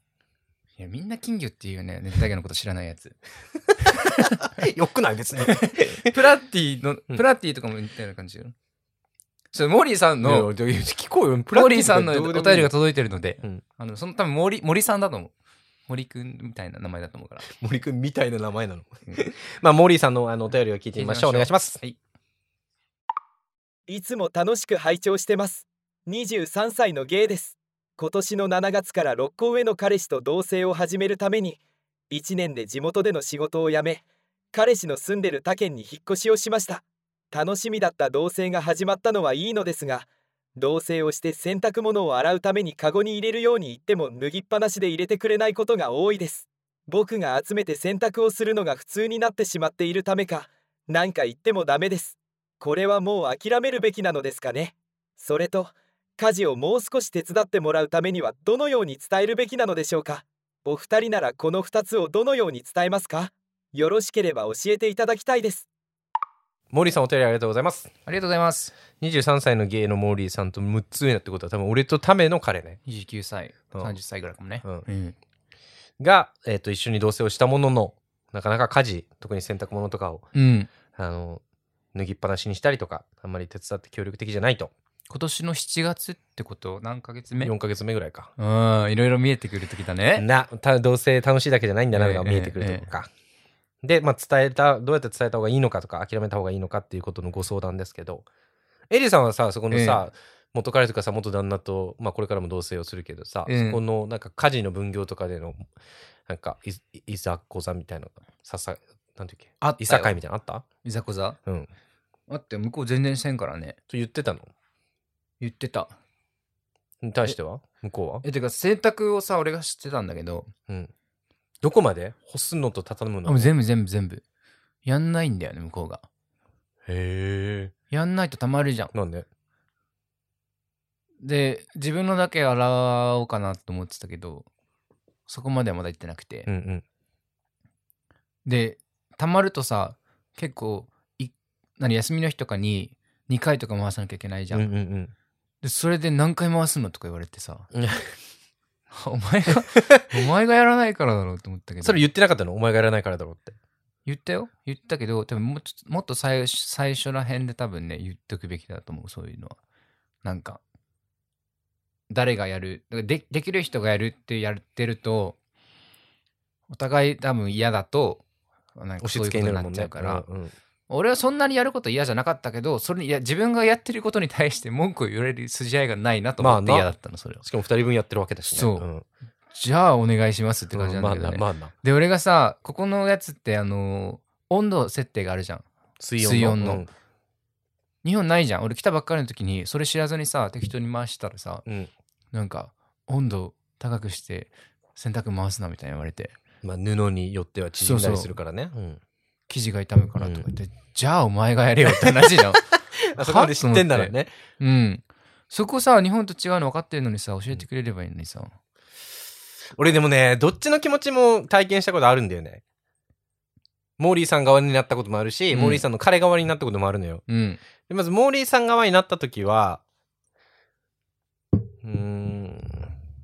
Speaker 2: いや、みんな金魚っていうね、熱帯魚のこと知らないやつ。
Speaker 1: よくない別に。
Speaker 2: プラティの、
Speaker 1: うん
Speaker 2: プラティとかも似たような感じよ。ちょ、モーリーさん
Speaker 1: いやいや
Speaker 2: の、
Speaker 1: 聞こうよ。プ
Speaker 2: モーリーさんの
Speaker 1: ど
Speaker 2: お
Speaker 1: う
Speaker 2: 便
Speaker 1: で
Speaker 2: り
Speaker 1: もいい
Speaker 2: が届いてるので、
Speaker 1: うん
Speaker 2: あの、その多分森、森さんだと思う。森くんみたいな名前だと思うから。
Speaker 1: 森くんみたいな名前なの
Speaker 2: うん。
Speaker 1: まあ、モーリーさんのあのお便りを聞いてみましょう。お願いします。
Speaker 2: はい。
Speaker 6: いつも楽しく拝聴してます。23歳のゲイです。今年の7月から6個上の彼氏と同棲を始めるために、1年で地元での仕事を辞め、彼氏の住んでる他県に引っ越しをしました。楽しみだった同棲が始まったのはいいのですが、同棲をして洗濯物を洗うためにカゴに入れるように言っても脱ぎっぱなしで入れてくれないことが多いです。僕が集めて洗濯をするのが普通になってしまっているためか、何か言ってもダメです。これはもう諦めるべきなのですかねそれと家事をもう少し手伝ってもらうためにはどのように伝えるべきなのでしょうかお二人ならこの2つをどのように伝えますかよろしければ教えていただきたいです
Speaker 1: モーリーさんお便りありがとうございます。
Speaker 2: ありがとうございます。
Speaker 1: 23歳のゲイのモーリーさんと6つ上だってことは多分俺とための彼ね。
Speaker 2: 29歳、
Speaker 1: うん
Speaker 2: 30歳ぐらいかもね。
Speaker 1: うん
Speaker 2: うん
Speaker 1: が、えっと、一緒に同棲をしたものの、なかなか家事、特に洗濯物とかを、
Speaker 2: うん。
Speaker 1: あの、脱ぎっぱなしにしたりとか、あんまり手伝って協力的じゃないと。
Speaker 2: 今年の7月ってこと、何ヶ月目
Speaker 1: 4ヶ月目ぐらいか。
Speaker 2: うん、いろいろ見えてくる時だね。
Speaker 1: な、た同棲楽しいだけじゃないんだなのが見えてくるというか。で、まあ、伝えた、どうやって伝えた方がいいのかとか、諦めた方がいいのかっていうことのご相談ですけど、エリーさんはさ、そこのさ、元彼とかさ、元旦那と、まあ、これからも同棲をするけどさ、
Speaker 2: ええ
Speaker 1: そこの、なんか、家事の分業とかでの、なんかい、いいざこざみたいな、ささ、なんていうっけ、
Speaker 2: あったよ
Speaker 1: いさかいみたいなのあっ
Speaker 2: いざこざ
Speaker 1: たうん。と
Speaker 2: 待って、向こう全然せんからね。
Speaker 1: 言ってたの
Speaker 2: 言ってた。
Speaker 1: に対しては向こうは
Speaker 2: え、てか、洗濯をさ、俺が知ってたんだけど、
Speaker 1: うん。どこまで干すのと畳む
Speaker 2: あもう
Speaker 1: のへ
Speaker 2: 全部全部全部。やんないんだよね、向こうが。
Speaker 1: え。
Speaker 2: やんないとたまるじゃん。
Speaker 1: なんで
Speaker 2: で、自分のだけ洗おうかなと思ってたけど、そこまではまだ行ってなくて。
Speaker 1: うんうん。
Speaker 2: で、たまるとさ、結構、い何、休みの日とかに2回とか回さなきゃいけないじゃん。
Speaker 1: うんうんうん。
Speaker 2: で、それで何回回すのとか言われてさ、 お前 が、お前がやらないからだろうと思ったけど。
Speaker 1: それ言ってなかったのお前がやらないからだろうって。
Speaker 2: 言ったよ。言ったけど、多分もうちょっともっと最初最初ら辺で多分ね、言っとくべきだと思う、そういうのは。なんか、誰がやる、だからでできる人がやるってやってると、お互い多分嫌だと、なんか
Speaker 1: 押
Speaker 2: そ
Speaker 1: し
Speaker 2: ういう
Speaker 1: 付
Speaker 2: こ
Speaker 1: けに
Speaker 2: とに
Speaker 1: な
Speaker 2: な
Speaker 1: るも
Speaker 2: っ
Speaker 1: ん
Speaker 2: ちゃ
Speaker 1: ね。
Speaker 2: うから、
Speaker 1: うんうん
Speaker 2: 俺はそんなにやること嫌じゃなかったけど、それにいや自分がやってることに対して文句を言われる筋合いがないなと思って
Speaker 1: まあな
Speaker 2: 嫌だったの、それは。
Speaker 1: しかも二人分やってるわけだしね。
Speaker 2: そうんじゃあお願いしますって感じなんだけどね。
Speaker 1: うんまあな、まあな。
Speaker 2: で、俺がさ、ここのやつってあの、温度設定があるじゃん。
Speaker 1: 水温の。
Speaker 2: 水温の
Speaker 1: うん
Speaker 2: 日本ないじゃん俺来たばっかりの時にそれ知らずにさ適当に回してたらさ
Speaker 1: うん。
Speaker 2: なんか温度高くして洗濯回すなみたいに言われて
Speaker 1: まあ布によっては縮んだりするからね。うん
Speaker 2: 生地が傷むからとか言って、じゃあお前がやれよって 話じゃん
Speaker 1: あそこまで知ってんだろうね。
Speaker 2: うんそこさ日本と違うの分かってるのにさ教えてくれればいいのにさ
Speaker 1: 俺でもね、どっちの気持ちも体験したことあるんだよね。モーリーさん側になったこともあるし、
Speaker 2: うん
Speaker 1: モーリーさんの彼側になったこともあるのよ。
Speaker 2: うん
Speaker 1: でまず、モーリーさん側になった時は、うーん、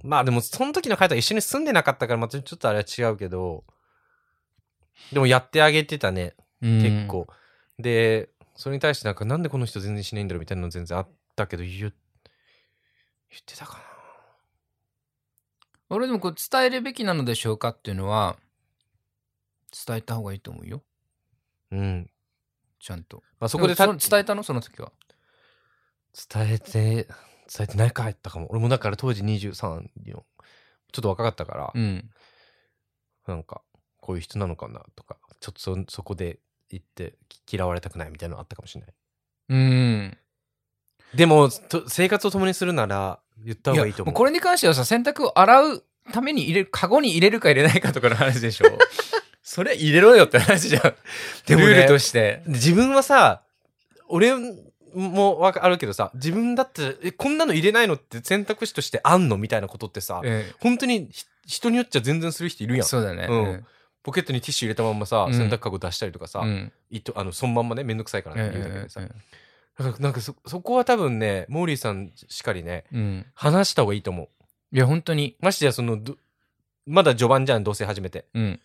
Speaker 1: まあでも、その時の彼とは一緒に住んでなかったから、またちょっとあれは違うけど、でもやってあげてたね、
Speaker 2: うん
Speaker 1: 結構。で、それに対してなんか、なんでこの人全然しないんだろうみたいなの全然あったけど、言う言ってたか
Speaker 2: 俺でもこう伝えるべきなのでしょうかっていうのは伝えた方がいいと思うよ
Speaker 1: なうん。
Speaker 2: ちゃんと
Speaker 1: まあそこで
Speaker 2: で
Speaker 1: た
Speaker 2: もそ伝えたのその時は
Speaker 1: 伝えて伝えてないか入ったかも俺もだから当時234ちょっと若かったから、
Speaker 2: うん
Speaker 1: なんかこういう人なのかなとかちょっとそそこで言ってき嫌われたくないみたいなのあったかもしれない
Speaker 2: うん
Speaker 1: でもと生活を共にするなら言った方がいいと思う
Speaker 2: やもこれに関してはさ洗濯を洗うために入れるカゴに入れるか入れないかとかの話でし ょそれ入れろよって話じゃん、
Speaker 1: でもね
Speaker 2: ルールとして
Speaker 1: 自分はさ俺もわかあるけどさ自分だってえこんなの入れないのって選択肢としてあんのみたいなことってさ、本当にひ人によっちゃ全然する人いるやん
Speaker 2: そうだね
Speaker 1: うんポケットにティッシュ入れたまんまさ、
Speaker 2: うん
Speaker 1: 洗濯かご出したりとかさ、
Speaker 2: うん
Speaker 1: 糸あのそのまんまねめんどくさいから
Speaker 2: う
Speaker 1: ね
Speaker 2: ん
Speaker 1: 言うだけでさ、だからなんかそそこは多分ねモーリーさんしかりね
Speaker 2: うん
Speaker 1: 話した方がいいと思う
Speaker 2: いや本当に
Speaker 1: ましてやそのどまだ序盤じゃんどうせ初めて
Speaker 2: うん、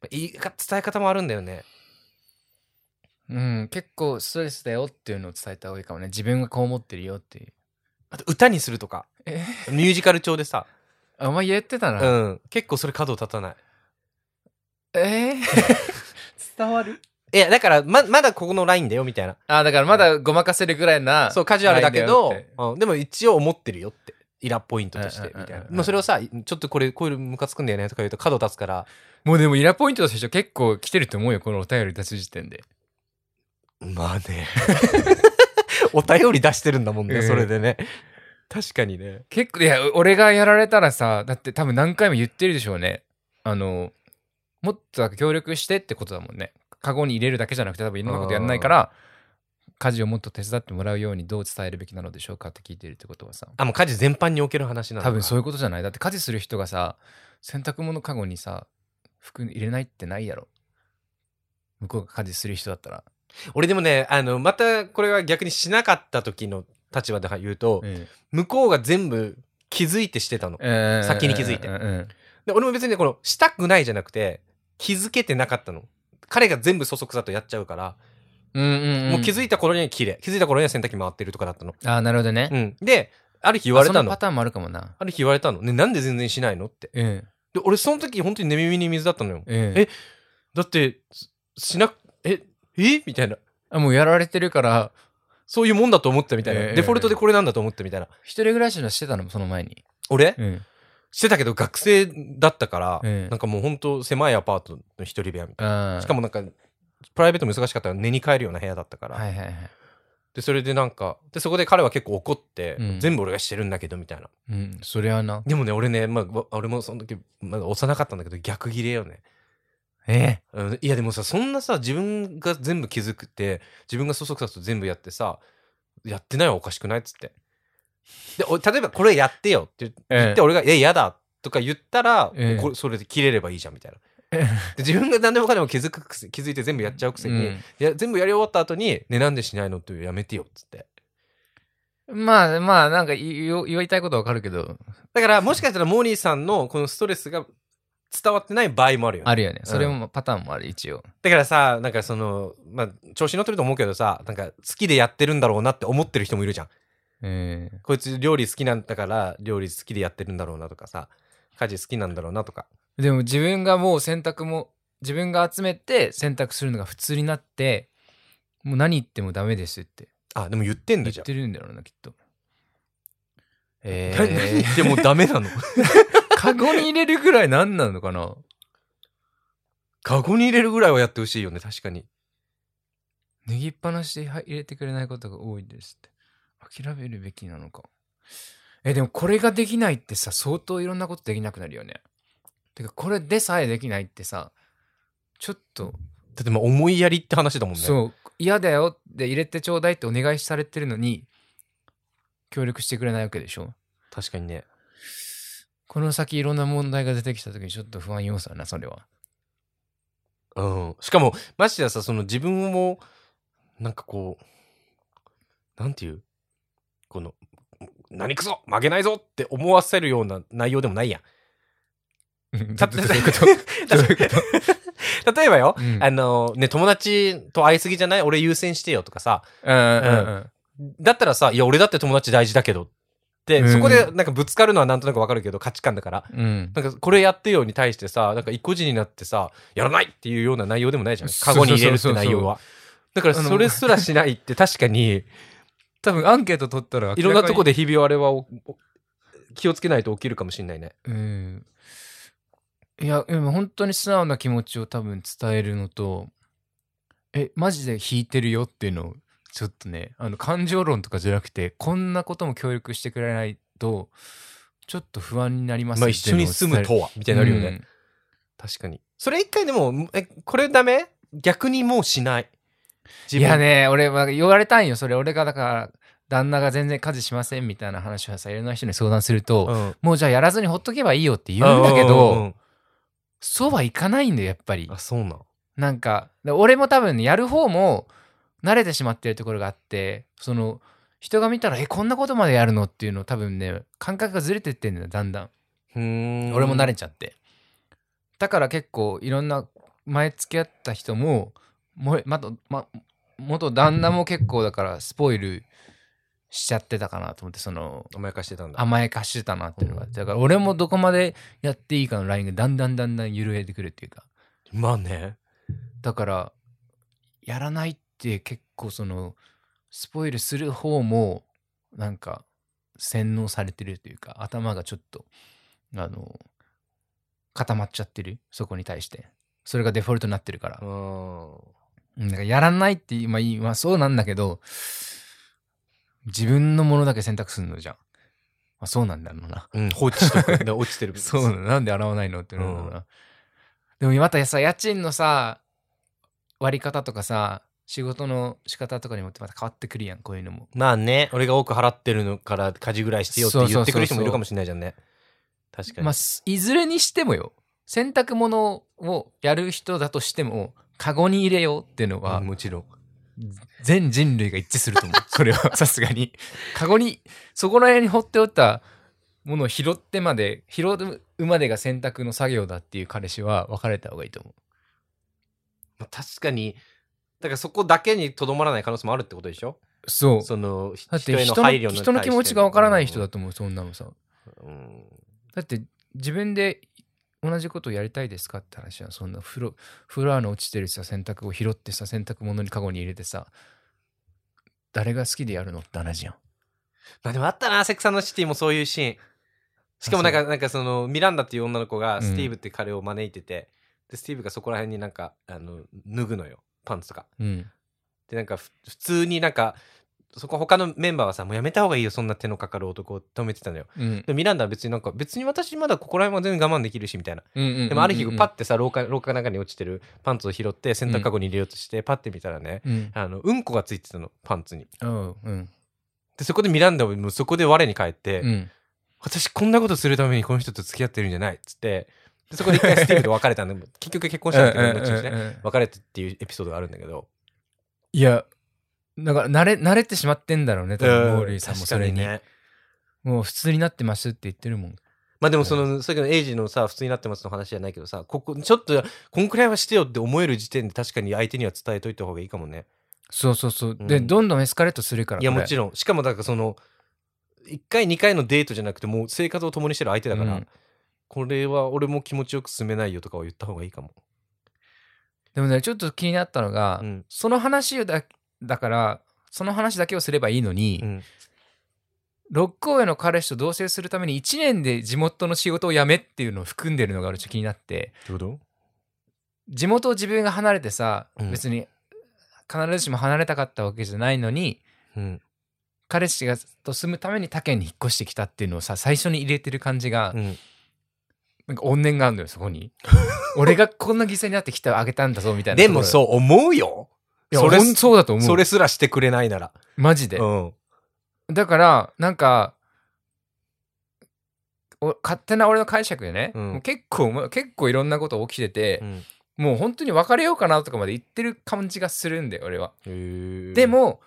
Speaker 1: まあ言いか伝え方もあるんだよね
Speaker 2: うん、結構ストレスだよっていうのを伝えた方がいいかもね自分がこう思ってるよっていう
Speaker 1: あと歌にするとか
Speaker 2: え
Speaker 1: ミュージカル調でさ、
Speaker 2: あお前言ってた
Speaker 1: う
Speaker 2: な、
Speaker 1: ん、結構それ角立たない
Speaker 2: えー 伝わる
Speaker 1: いやだからままだここのラインだよみたいな
Speaker 2: あだからまだごまかせるぐらいな
Speaker 1: そうカジュアルだけど
Speaker 2: ラインだよって
Speaker 1: うん、でも一応思ってるよってイラポイントとして
Speaker 2: うんうんうん
Speaker 1: みたいな
Speaker 2: うん
Speaker 1: まあそれをさちょっとこれこういうのムカつくんだよねとか言うと角立つから
Speaker 2: もうでもイラポイントとして結構来てると思うよこのお便り出す時点で
Speaker 1: まあね。 お便り出してるんだもんね、
Speaker 2: ええ
Speaker 1: それでね。確かにね。
Speaker 2: 結構いや俺がやられたらさだって多分何回も言ってるでしょうねあのもっと協力してってことだもんねカゴに入れるだけじゃなくて多分いろんなことやんないから家事をもっと手伝ってもらうようにどう伝えるべきなのでしょうかって聞いてるってことはさ
Speaker 1: あ、もう家事全般における話なのか
Speaker 2: 多分そういうことじゃないだって家事する人がさ洗濯物カゴにさ服入れないってないやろ向こうが家事する人だったら、
Speaker 1: 俺でもね、あの、またこれは逆にしなかった時の立場で言うと、向こうが全部気づいてしてたの。先に気づいて
Speaker 2: うんうん
Speaker 1: で俺も別にね、この、したくないじゃなくて、気づけてなかったの。彼が全部そそくさとやっちゃうから、
Speaker 2: うんうんうん
Speaker 1: もう気づいた頃には綺麗。気づいた頃には洗濯機回ってるとかだったの。
Speaker 2: ああなるほどね、
Speaker 1: うん。で、ある日言われた
Speaker 2: あそ
Speaker 1: の。
Speaker 2: パターンもあるかもな
Speaker 1: ある日言われたの。ね、なんで全然しないのって。
Speaker 2: うん
Speaker 1: で、俺その時本当に寝耳に水だったのよ。
Speaker 2: え
Speaker 1: えだって、すしなく、え、えみたいな。
Speaker 2: あもうやられてるから、
Speaker 1: そういうもんだと思ったみたいな。
Speaker 2: ええ
Speaker 1: デフォルトでこれなんだと思ったみたいな。
Speaker 2: 一人暮らしのしてたのその前に。
Speaker 1: 俺、
Speaker 2: うん。
Speaker 1: してたけど学生だったから、
Speaker 2: ええ
Speaker 1: なんかもうほんと狭いアパートの一人部屋みたい
Speaker 2: あ
Speaker 1: な。
Speaker 2: ー
Speaker 1: しかもなんか、プライベートも忙しかったから寝に帰るような部屋だったから。
Speaker 2: はいはいはい。
Speaker 1: で、それでなんか、で、そこで彼は結構怒って、
Speaker 2: うん
Speaker 1: 全部俺がしてるんだけどみたいな。
Speaker 2: うん、それはな。
Speaker 1: でもね、俺ね、まあわ、俺もその時、まだ幼かったんだけど、逆ギレよね。
Speaker 2: え
Speaker 1: うんいやでもさそんなさ自分が全部気づくって自分がそそくさと全部やってさやってないはおかしくないっつってでお例えばこれやってよって言
Speaker 2: え
Speaker 1: って俺が「えやだ」とか言ったら、
Speaker 2: ええ
Speaker 1: これそれで切れればいいじゃんみたいな
Speaker 2: え
Speaker 1: で自分が何でもかんでも気づくくせ気づいて全部やっちゃうくせに、いや全部やり終わった後に「ねなんでしないの?」ってやめてよっつって
Speaker 2: まあまあ、なんか言お言いたいことはわかるけど、
Speaker 1: だからもしかしたらモーリーさんのこのストレスが伝わってない場合もあるよね
Speaker 2: あるよね。それもパターンもある、一応。
Speaker 1: だからさなんかそのまあ調子乗ってると思うけどさなんか好きでやってるんだろうなって思ってる人もいるじゃん
Speaker 2: え
Speaker 1: こいつ料理好きなんだから料理好きでやってるんだろうなとかさ家事好きなんだろうなとか
Speaker 2: えでも自分がもう洗濯も、自分が集めて洗濯するのが普通になって、もう何言ってもダメですって
Speaker 1: あでも言ってんだ
Speaker 2: 言っ
Speaker 1: じゃん
Speaker 2: てるんだろうな、きっと。
Speaker 1: え
Speaker 2: え
Speaker 1: ー 何言ってもダメ なの
Speaker 2: カゴに入れるぐらい何なのかな
Speaker 1: カゴに入れるぐらいはやってほしいよね確かに
Speaker 2: 脱ぎっぱなしで入れてくれないことが多いですって諦めるべきなのかえでもこれができないってさ相当いろんなことできなくなるよねてかこれでさえできないってさちょっと、
Speaker 1: だってまあ思いやりって話だもんね
Speaker 2: そう嫌だよって入れてちょうだいってお願いされてるのに協力してくれないわけでしょ
Speaker 1: 確かにね
Speaker 2: この先いろんな問題が出てきた時にちょっと不安要素だなそれ は
Speaker 1: うんしかもましてやさその自分もなんかこうなんていうこの何くそ負けないぞって思わせるような内容でもないやん
Speaker 2: だってそうい うこと どういうこと
Speaker 1: 例えばよ、
Speaker 2: うん
Speaker 1: あのね友達と会いすぎじゃない俺優先してよとかさ
Speaker 2: うんうんうん
Speaker 1: だったらさいや俺だって友達大事だけどって、
Speaker 2: うん
Speaker 1: そこでなんかぶつかるのはなんとなくわかるけど価値観だから
Speaker 2: うん
Speaker 1: なんかこれやってよに対してさなんか一個字になってさやらないっていうような内容でもないじゃん
Speaker 2: そ
Speaker 1: カ
Speaker 2: うそう
Speaker 1: ゴ
Speaker 2: そ
Speaker 1: に
Speaker 2: う
Speaker 1: 入
Speaker 2: そ
Speaker 1: れる
Speaker 2: う
Speaker 1: って内容はだからそれすらしないって確かに
Speaker 2: 多分アンケート取ったら
Speaker 1: いろんなとこ
Speaker 2: で、
Speaker 1: でひび割れはおお気をつけないと起きるかもしれないね
Speaker 2: うん、いやでも本当に素直な気持ちを多分伝えるのとえマジで弾いてるよっていうのをちょっとねあの感情論とかじゃなくてこんなことも協力してくれないとちょっと不安になります
Speaker 1: まあ一緒に住む
Speaker 2: っ
Speaker 1: とはみた
Speaker 2: て
Speaker 1: い
Speaker 2: いう
Speaker 1: に
Speaker 2: の
Speaker 1: な
Speaker 2: を伝
Speaker 1: る
Speaker 2: え
Speaker 1: よね、、確かにそれ一回でもえこれダメ逆にもうしない
Speaker 2: うん
Speaker 1: 自
Speaker 2: いやね俺は言われたんよそれ俺がだから旦那が全然家事しませんみたいな話をさいろんな人に相談すると、
Speaker 1: うん
Speaker 2: もうじゃあやらずにほっとけばいいよって言うんだけど、
Speaker 1: うんうんうん
Speaker 2: そうはいかないんだよやっぱり
Speaker 1: あそうなん
Speaker 2: なんか、で俺も多分ねやる方も慣れてしまってるところがあって、その、人が見たら、え、こんなことまでやるのっていうの多分ね、感覚がずれてってんだよ、だんだん。俺
Speaker 1: 俺
Speaker 2: も慣れちゃって。だから結構、いろんな、前付き合った人も、もえまとま、元旦那も結構だから、スポイルしちゃってたかなと思って、その、
Speaker 1: 甘やかしてたんだ
Speaker 2: 甘やかしてたなっていうのがあって、だから俺もどこまでやっていいかのラインがだんだんだんだん緩めてくるっていうか。
Speaker 1: まあね
Speaker 2: だからやらないって結構そのスポイルする方もなんか洗脳されてるというか頭がちょっとあの固まっちゃってるそこに対してそれがデフォルトになってるから
Speaker 1: う、ん
Speaker 2: うんだからやらないって今言いまあそうなんだけど自分のものだけ選択するのじゃん、まあ、そうなんだろうな
Speaker 1: うん放置しと くで落ちてる
Speaker 2: そうなのなんで洗わないのってなるんだろうな、でもまたさ家賃のさ割り方とかさ仕事の仕方とかにもってまた変わってくるやんこういうのも
Speaker 1: まあね、俺が多く払ってるのから家事ぐらいしてよって言ってくる人もいるかもしれないじゃんね。確かに。
Speaker 2: まあすいずれにしてもよ洗濯物をやる人だとしてもカゴに入れようっていうのは
Speaker 1: うんもちろん。
Speaker 2: 全人類が一致すると思うそれはさすがにカゴにそこら辺に放っておったものを拾ってまで拾うまでが洗濯の作業だっていう彼氏は別れた方がいいと思う
Speaker 1: まあ確かに、だからそこだけにとどまらない可能性もあるってことでしょ
Speaker 2: そう
Speaker 1: その、ひ
Speaker 2: だって人の
Speaker 1: 配慮に対して
Speaker 2: 人の気持ちがわからない人だと思う、そんなのさ。
Speaker 1: うん
Speaker 2: だって自分で同じことをやりたいですかって話じゃん。そんなフロフロアの落ちてるさ、洗濯を拾ってさ、洗濯物にカゴに入れてさ、誰が好きでやるのって話じゃん。
Speaker 1: まあでもあったな、セクサンドシティもそういうシーン。しかもなん
Speaker 2: あ
Speaker 1: か、なんかその、ミランダっていう女の子
Speaker 2: うん
Speaker 1: が、スティーブって彼を招いてて、で、スティーブがそこら辺になんか、あの、脱ぐのよ。パンツとか。
Speaker 2: うん。
Speaker 1: でなんかふ普通になんかそこ他のメンバーはさもうやめた方がいいよそんな手のかかる男を止めてたのよ
Speaker 2: うん。
Speaker 1: でミランダは別になんか別に私まだここら辺は全然我慢できるしみたいな
Speaker 2: うん
Speaker 1: でもある日パッ
Speaker 2: ッ、
Speaker 1: てさ廊下廊下の中に落ちてるパンツを拾って洗濯かごに入れようとしてパッて見たらね
Speaker 2: うん。
Speaker 1: あのうんこがついてたのパンツに
Speaker 2: うん。うん。
Speaker 1: でそこでミランダはもうそこで我に返っ
Speaker 2: う
Speaker 1: て、
Speaker 2: ん。
Speaker 1: 私こんなことするためにこの人と付き合ってるんじゃないっつってでそこで一回スティーブと別れ たんだ結局結婚したんだけど後々ね
Speaker 2: うん
Speaker 1: 別れたっていうエピソードがあるんだけど
Speaker 2: いや、だから慣れ慣れてしまってんだろうね多分モーリーさんもそれに
Speaker 1: 確かね
Speaker 2: もう普通になってますって言ってるもん
Speaker 1: まあでもその、さっきのエイジのさ、普通になってますの話じゃないけどさ、ここ、ちょっと、こんくらいはしてよって思える時点で確かに相手には伝えといた方がいいかもね。
Speaker 2: そうそうそう、
Speaker 1: うん
Speaker 2: でどんどんエスカレートするから
Speaker 1: いや、もち
Speaker 2: ろん
Speaker 1: ろん。しかも、だからその、1回、2回のデートじゃなくて、もう生活を共にしてる相手だから、
Speaker 2: うん
Speaker 1: これは俺も気持ちよく進めないよとかは言った方がいいかも。
Speaker 2: でもねちょっと気になったのが、
Speaker 1: うん
Speaker 2: その話だだからその話だけをすればいいのに、
Speaker 1: うん
Speaker 2: 六甲への彼氏と同棲するために1年で地元の仕事を辞めっていうのを含んでるのが俺ちょっと気になって
Speaker 1: どういうこ
Speaker 2: 地元を自分が離れてさ、
Speaker 1: うん
Speaker 2: 別に必ずしも離れたかったわけじゃないのに
Speaker 1: とうん。
Speaker 2: 彼氏がと住むために他県に引っ越してきたっていうのをさ最初に入れてる感じが、
Speaker 1: うん。
Speaker 2: なんか怨念があるのよそこに俺がこんな犠牲になってきてあげたんだぞみたいな
Speaker 1: でも
Speaker 2: う
Speaker 1: そう思うよ。
Speaker 2: そ
Speaker 1: そ
Speaker 2: れ
Speaker 1: れ
Speaker 2: そうだと思う
Speaker 1: それすらしてくれないなら。
Speaker 2: マジで、
Speaker 1: うん。
Speaker 2: だからなんかお勝手な俺の解釈でね、
Speaker 1: うん
Speaker 2: もう結構ま結構いろんなこと起きてて
Speaker 1: う、ん
Speaker 2: もう本当に別れようかなとかまで言ってる感じがするんで俺は、で
Speaker 1: で、
Speaker 2: も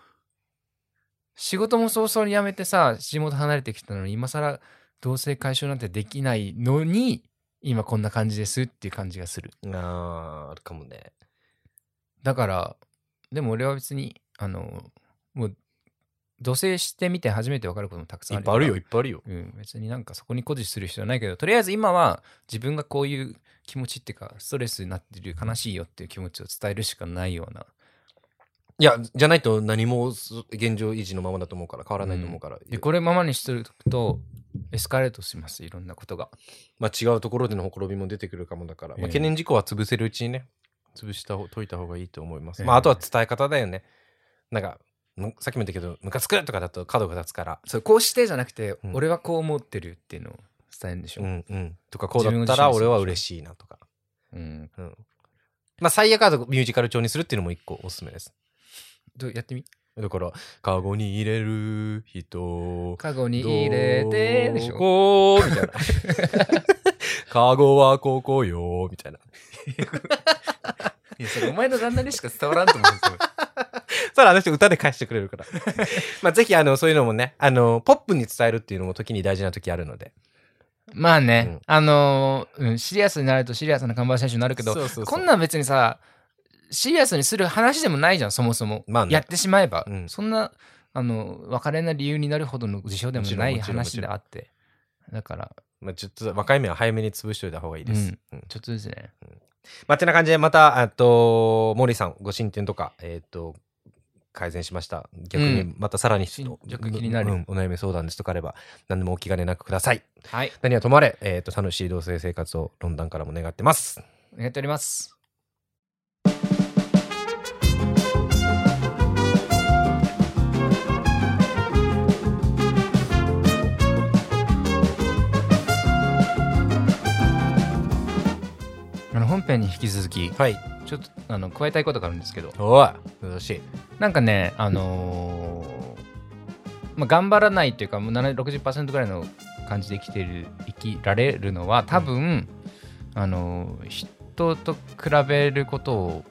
Speaker 2: 仕事も早々に辞めてさ地元離れてきたのに今更同棲解消なんてできないのに今こんな感じですっていう感じがする
Speaker 1: あーあるかもね。
Speaker 2: だからでも俺は別にあのもう同棲してみて初めて分かることもたくさ
Speaker 1: い
Speaker 2: んあ
Speaker 1: っ
Speaker 2: る
Speaker 1: ぱいあるよ、いっぱいあるよ。
Speaker 2: うん、別になんかそこに誇示する必要はないけどとりあえず今は自分がこういう気持ちっていうかストレスになってる悲しいよっていう気持ちを伝えるしかないようない
Speaker 1: や、じゃないと何もそ現状維持のままだと思うから、変わらないと思うから。
Speaker 2: でこれままにしてるとエスカレートしますいろんなことが
Speaker 1: まあ、違うところでのほころびも出てくるかもだから、まあ、
Speaker 2: ええ
Speaker 1: 懸念事項は潰せるうちにね、潰した方、解いた方がいいと思います。
Speaker 2: ええ
Speaker 1: まあ、あとは伝え方だよね。なんか、むさっきも言ったけど、ムカつくとかだと角が立つから、
Speaker 2: それこうしてじゃなくて、
Speaker 1: うん
Speaker 2: 俺はこう思ってるっていうのを伝えるんでしょ、
Speaker 1: う
Speaker 2: うん
Speaker 1: うん。とか、こうだったら俺は嬉しいなとか。
Speaker 2: ん
Speaker 1: うん。まあ、最悪はミュージカル調にするっていうのも一個おすすめです。
Speaker 2: どうやってみ
Speaker 1: だから、カゴに入れる人。
Speaker 2: カゴに入れてでしょ
Speaker 1: ここみたいな。 カゴはここよ、みたいな。
Speaker 2: いやそれお前の旦那にしか伝わらんと思うんですよ
Speaker 1: ただあの人歌で返してくれるから。 まあぜひあのそういうのもね、あの、ポップに伝えるっていうのも時に大事な時あるので。
Speaker 2: まあね、
Speaker 1: うん
Speaker 2: あのーうん、シリアスになるとシリアスなカンバーセーションになるけど
Speaker 1: そうそうそう
Speaker 2: こんなん別にさシリアスにする話でもないじゃんそもそも、
Speaker 1: まあね
Speaker 2: やってしまえば、
Speaker 1: うん
Speaker 2: そんなあの別れな理由になるほどの事象でもない
Speaker 1: もちろんもち
Speaker 2: 話
Speaker 1: ろん
Speaker 2: であってだから
Speaker 1: まあちょっと若い目は早めに潰しといた方がいいです。うん
Speaker 2: ちょっとですね
Speaker 1: まあてな感じでまた、あと、モーリーさんご進展とか、えっ、と、改善しました。逆
Speaker 2: う
Speaker 1: に
Speaker 2: ん
Speaker 1: またさらに、
Speaker 2: 進捗気になる
Speaker 1: うんお悩み相談ですとかあれば、何でもお気兼ねなくください。
Speaker 2: はい
Speaker 1: 何はともあれ、えっ、と、楽しい同棲生活をロンダンからも願ってます。
Speaker 2: 願っておりますあの本編に引き続き
Speaker 1: はい。
Speaker 2: ちょっとあの加えたいことがあるんですけど
Speaker 1: おい、よろしい。
Speaker 2: なんかねあのーまあ、頑張らないというかもう70 60%ぐらいの感じで生きてる生きられるのは多分、あのー人と比べることを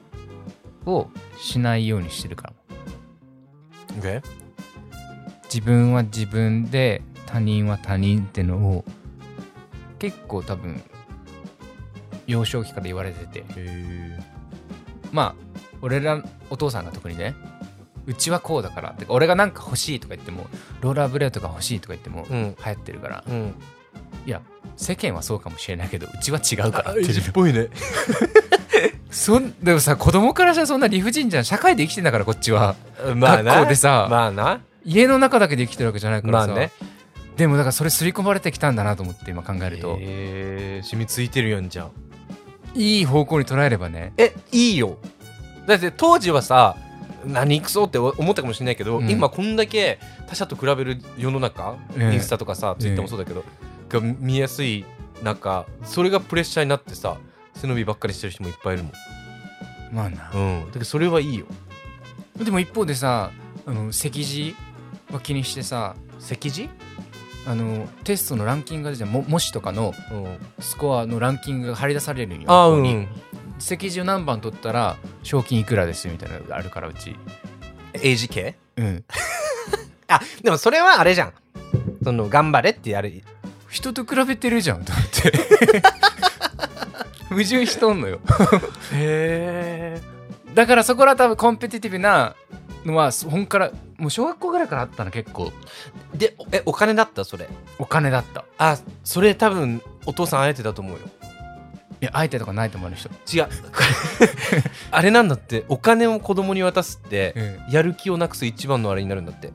Speaker 2: をしないようにしてるから自分は自分で他人は他人ってのを結構多分幼少期から言われててまあ俺らお父さんが特にねうちはこうだからてか俺がなんか欲しいとか言ってもローラーブレードが欲しいとか言っても
Speaker 1: う
Speaker 2: 流
Speaker 1: ん。
Speaker 2: 行ってるから、
Speaker 1: うん。
Speaker 2: いや世間はそうかもしれないけどうちは違うからっていう
Speaker 1: ぽいね。
Speaker 2: そんでもさ子供からしたらそんな理不尽じゃん社会で生きてんだからこっちは、
Speaker 1: まあな。
Speaker 2: 学校でさ
Speaker 1: まあな。
Speaker 2: 家の中だけで生きてるわけじゃないからさ、
Speaker 1: まあね
Speaker 2: でもだからそれ刷り込まれてきたんだなと思って今考えると、
Speaker 1: えー、染みついてるやんじゃん。
Speaker 2: いい方向に捉えればね
Speaker 1: え、いいよ。だって当時はさ、何くそって思ったかもしれないけど、
Speaker 2: うん
Speaker 1: 今こんだけ他者と比べる世の中、
Speaker 2: ええ
Speaker 1: インスタとかさ、
Speaker 2: ええ
Speaker 1: ツイッターもそうだけど、が見やすい中、それがプレッシャーになってさ、背伸びばっかりしてる人もいっぱいいるも
Speaker 2: まあな、
Speaker 1: ん。うん。だけどそれはいいよ。
Speaker 2: でも一方でさあの席次は気にしてさ
Speaker 1: 席次
Speaker 2: あのテストのランキングが出ても模試とかの
Speaker 1: うん。
Speaker 2: スコアのランキングが張り出されるんよ
Speaker 1: あ
Speaker 2: ここ
Speaker 1: う
Speaker 2: に
Speaker 1: ん。
Speaker 2: 席次を何番取ったら賞金いくらですみたいなのがあるからうち
Speaker 1: AGK?
Speaker 2: うん、
Speaker 1: あでもそれはあれじゃんその頑張れってやる
Speaker 2: 人と比べてるじゃんと思って 矛盾しとんのよ
Speaker 1: へ
Speaker 2: だからそこら多分コンペティティブなのは本からもう小学校ぐらいからあったの結構
Speaker 1: えでおえお金だったそれ
Speaker 2: お金だった
Speaker 1: あそれ多分お父さんあえてだと思うよ
Speaker 2: いや相手とかないと思う人、
Speaker 1: 違う あれなんだってお金を子供に渡すって、やる気をなくす一番のあれになるんだって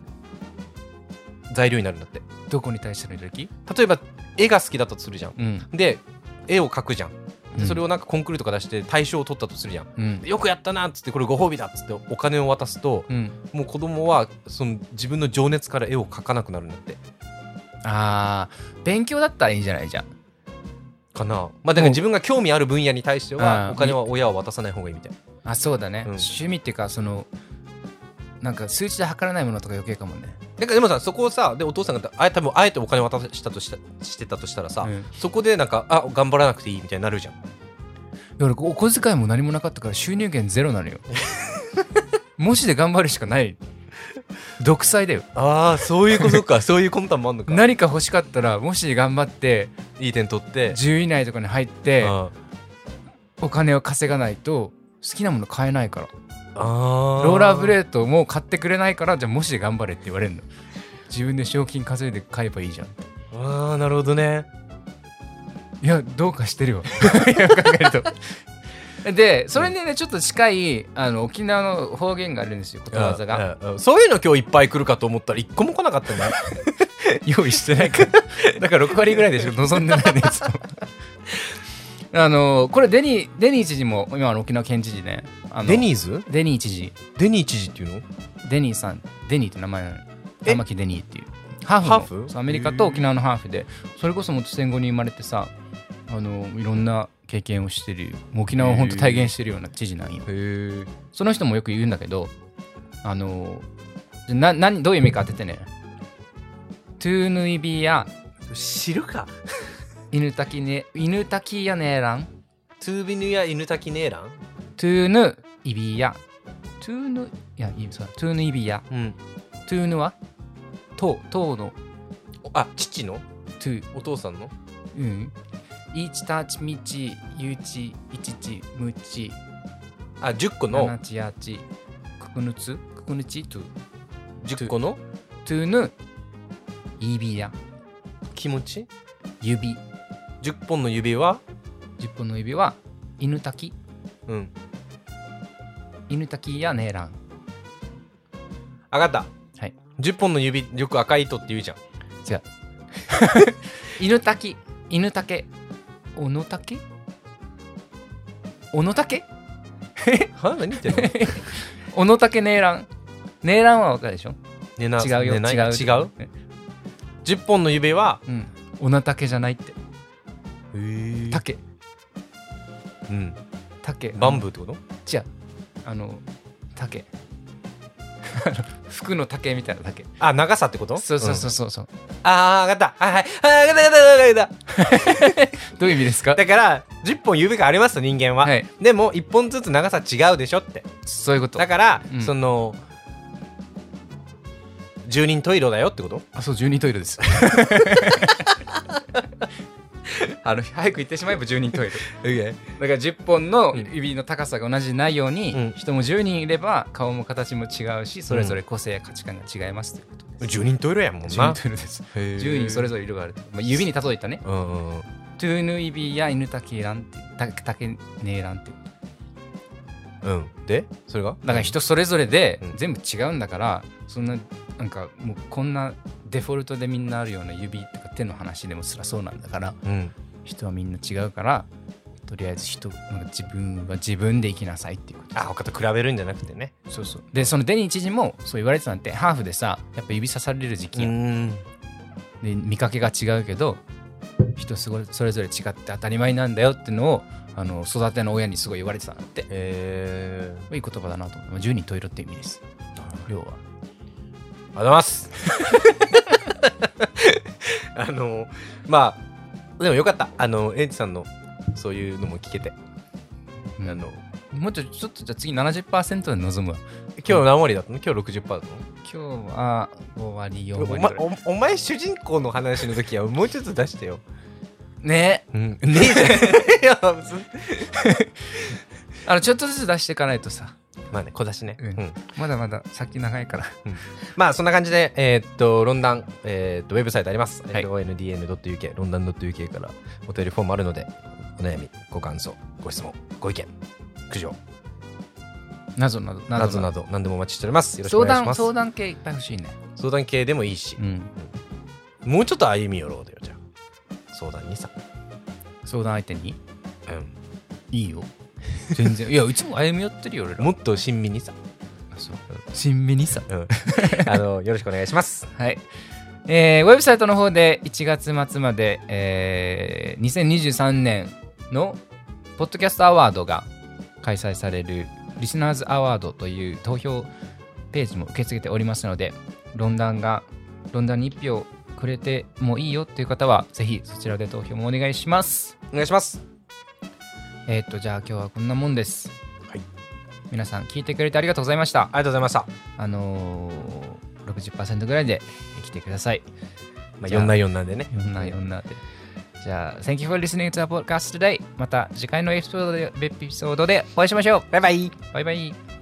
Speaker 1: 材料になるんだって
Speaker 2: どこに対してのやる気
Speaker 1: 例えば絵が好きだったとするじゃん
Speaker 2: うん
Speaker 1: で絵を描くじゃんでそれ
Speaker 2: を、
Speaker 1: をなんかコンクールとか出して大賞を取ったとするじゃん
Speaker 2: うん
Speaker 1: よくやったなっつってこれご褒美だっつってお金を渡すと
Speaker 2: うん、
Speaker 1: もう子供はその自分の情熱から絵を描かなくなるんだって
Speaker 2: あー勉強だったらいいんじゃないじゃん
Speaker 1: かなまあだから自分が興味ある分野に対して
Speaker 2: う
Speaker 1: は
Speaker 2: ん
Speaker 1: お金は親は渡さない方がいいみたいな
Speaker 2: あそうだ
Speaker 1: う
Speaker 2: ね、
Speaker 1: ん
Speaker 2: 趣味っていうかそのなんか数値で測らないものとか余計かもね
Speaker 1: だからでもさそこをさでお父さんがあえ多分あえてお金渡したとしたしてたとしたらさ、
Speaker 2: うん
Speaker 1: そこでなんかあ頑張らなくていいみたいになるじゃん
Speaker 2: いや俺お小遣いも何もなかったから収入源ゼロな のよ模試で頑張るしかない独裁だよ
Speaker 1: ああそういうことか そういう魂胆もあんのか
Speaker 2: 何か欲しかったら模試で頑張って
Speaker 1: いい点取って、
Speaker 2: 10位以内とかに入って
Speaker 1: あ
Speaker 2: お金を稼がないと好きなもの買えないから
Speaker 1: あ
Speaker 2: ローラーブ
Speaker 1: ー
Speaker 2: レードも買ってくれないからじゃあ模試で頑張れって言われるの自分で賞金稼いで買えばいいじゃん
Speaker 1: ああなるほどね
Speaker 2: いやどうかしてる よ今考えるとでそれにねちょっと近いあの沖縄の方言があるんですよことわざが
Speaker 1: うんうんそういうの今日いっぱい来るかと思ったら一個も来なかったんだ
Speaker 2: 用意してないから だから6割ぐらいでしょ望んでないのやつもあのこれデニデニー知事も今の沖縄県知事ねあの
Speaker 1: デニーズ
Speaker 2: デニー知事
Speaker 1: デニー知事っていうの
Speaker 2: デニーさんデニーって名前なの
Speaker 1: え
Speaker 2: 玉木デニーっていうハーフ
Speaker 1: ハ
Speaker 2: の
Speaker 1: ーフ
Speaker 2: そうアメリカと沖縄のハーフでそれこそもっと戦後に生まれてさあのいろんな経験をしてるもう沖縄を本当体現してるような知事なんよ
Speaker 1: へえ
Speaker 2: その人もよく言うんだけどあのな何どういう意味か当ててねトゥーヌイビア
Speaker 1: 知るか
Speaker 2: 犬滝ね犬滝やねえらん
Speaker 1: トゥービヌや犬滝ネーラン
Speaker 2: トゥーヌイビアトゥーヌいやいいそうトゥーヌイビア
Speaker 1: うん
Speaker 2: トゥーヌはととうの
Speaker 1: あ父の
Speaker 2: トゥ
Speaker 1: お父さんの
Speaker 2: うんいちたちみちゆうちいちちむち
Speaker 1: あ10個
Speaker 2: な
Speaker 1: の
Speaker 2: ちやちくくぬつくくぬちトゥ
Speaker 1: 10個の
Speaker 2: トゥーヌイビア
Speaker 1: 気持ち
Speaker 2: 指
Speaker 1: 10本の指は
Speaker 2: 10本の指は犬滝
Speaker 1: うん
Speaker 2: 犬滝やねえらん
Speaker 1: 上がった
Speaker 2: はい
Speaker 1: 10本の指よく赤い糸って言うじゃん
Speaker 2: 違う犬滝犬竹小野竹小野竹
Speaker 1: は何言ってん の
Speaker 2: 小野竹ねえらんねえらんはわかるでしょ
Speaker 1: 寝な
Speaker 2: 違うよ
Speaker 1: 寝ない
Speaker 2: 違う
Speaker 1: 違う10本の指は
Speaker 2: うん小野竹じゃないって
Speaker 1: へ
Speaker 2: 竹
Speaker 1: うん
Speaker 2: 竹
Speaker 1: バンブーってこと
Speaker 2: 違うあの竹 あの服の竹みたいな竹
Speaker 1: あ長さってこと
Speaker 2: そうそうそう
Speaker 1: う
Speaker 2: そうそうん
Speaker 1: あー上がったはいはいあー上がった上がった上がった上がっ
Speaker 2: どういう意味ですか
Speaker 1: ただから10本指があります人間は、
Speaker 2: はい
Speaker 1: でも1本ずつ長さ違うでしょって
Speaker 2: そういうこと
Speaker 1: だから、
Speaker 2: うん
Speaker 1: その住人トイレだよってこと
Speaker 2: あそう十二トイレです あの早く言ってしまえば十人トイレだから10本の指の高さが同じないように、
Speaker 1: うん
Speaker 2: 人も10人いれば顔も形も違うしそれぞれ個性や価値観が違いますということで
Speaker 1: 住人トイレやもんな
Speaker 2: す、10人トイレです10人それ
Speaker 1: ぞ
Speaker 2: ぞれ色があると、まあ、指に例えたね
Speaker 1: れうんうんうん
Speaker 2: トゥーヌイビや犬タケランってタタケネーランって
Speaker 1: うんでそれが
Speaker 2: だから人それぞれで
Speaker 1: うん
Speaker 2: 全部違うんだから、そんななんかもうこんなデフォルトでみんなあるような指とか手の話でも辛そうなんだから
Speaker 1: うん
Speaker 2: 人はみんな違うからとりあえず人なんか自分は自分で生きなさいっていうことです
Speaker 1: あ他と比べるんじゃなくてね
Speaker 2: そうそうでそのデニー知事もそう言われてたんでハーフでさやっぱ指さされる時期やん、
Speaker 1: ん
Speaker 2: で見かけが違うけど人すごいそれぞれ違って当たり前なんだよってのをあの育ての親にすごい言われてたんだって
Speaker 1: えー、
Speaker 2: いい言葉だなと思ってまあ十人十色って意味です要は
Speaker 1: ありがとうございます あのまあでもよかったあのエイジさんのそういうのも聞けて、
Speaker 2: うん
Speaker 1: あの
Speaker 2: もうちょちょっとじゃあ次70%で臨むわ
Speaker 1: 今日何割だったの今日60%だったの
Speaker 2: 今日は5割4
Speaker 1: お
Speaker 2: 割ぐら
Speaker 1: ま
Speaker 2: い
Speaker 1: おお前主人公の話の時はもうちょっと出してよ。
Speaker 2: ね
Speaker 1: うん、ねえじゃんいやす
Speaker 2: あのちょっとずつ出していかないとさ
Speaker 1: まあね小出しね、
Speaker 2: うん
Speaker 1: うん
Speaker 2: まだまだ先長いから
Speaker 1: まあそんな感じで、えーっとロンダン、えーっとウェブサイトあります、
Speaker 2: はい
Speaker 1: ONDN.UK ロンダン .UK からお便りフォームあるのでお悩みご感想ご質問ご意見苦情
Speaker 2: 謎など
Speaker 1: などなど何でもお待ちしておりますよろしくお
Speaker 2: 相
Speaker 1: 願いしま
Speaker 2: 談
Speaker 1: す
Speaker 2: 相談系いっぱい欲しいね
Speaker 1: 相談系でもいいし
Speaker 2: う、ん
Speaker 1: もうちょっと歩み寄ろうだよじゃあ相談にさ、
Speaker 2: 相談相手に
Speaker 1: う
Speaker 2: いいよ全然いやうちも歩み寄ってるよ俺
Speaker 1: ん、
Speaker 2: ら
Speaker 1: もっと親身にさ、
Speaker 2: そう新ミニさ
Speaker 1: うん あのよろしくお願いします
Speaker 2: はい。えーウェブサイトの方で1月末まで、えー2023年のポッドキャストアワードが開催されるリスナーズアワードという投票ページも受け付けておりますので、論壇が、論壇に1票くれてもいいよっていう方は、ぜひそちらで投票もお願いします。
Speaker 1: お願いします
Speaker 2: えーっと、じゃあ今日はこんなもんです。
Speaker 1: はい
Speaker 2: 皆さん聞いてくれてありがとうございました。
Speaker 1: ありがとうございました、
Speaker 2: あのー、60%ぐらいで来てください。
Speaker 1: まあ、
Speaker 2: じゃあ
Speaker 1: 4な4なんでね
Speaker 2: いろんな、いろんなで。じゃあ、Thank you for listening to our podcast today. また次回のエピソードでエピソードでお会いしましょう。バイバイ。バイバイ。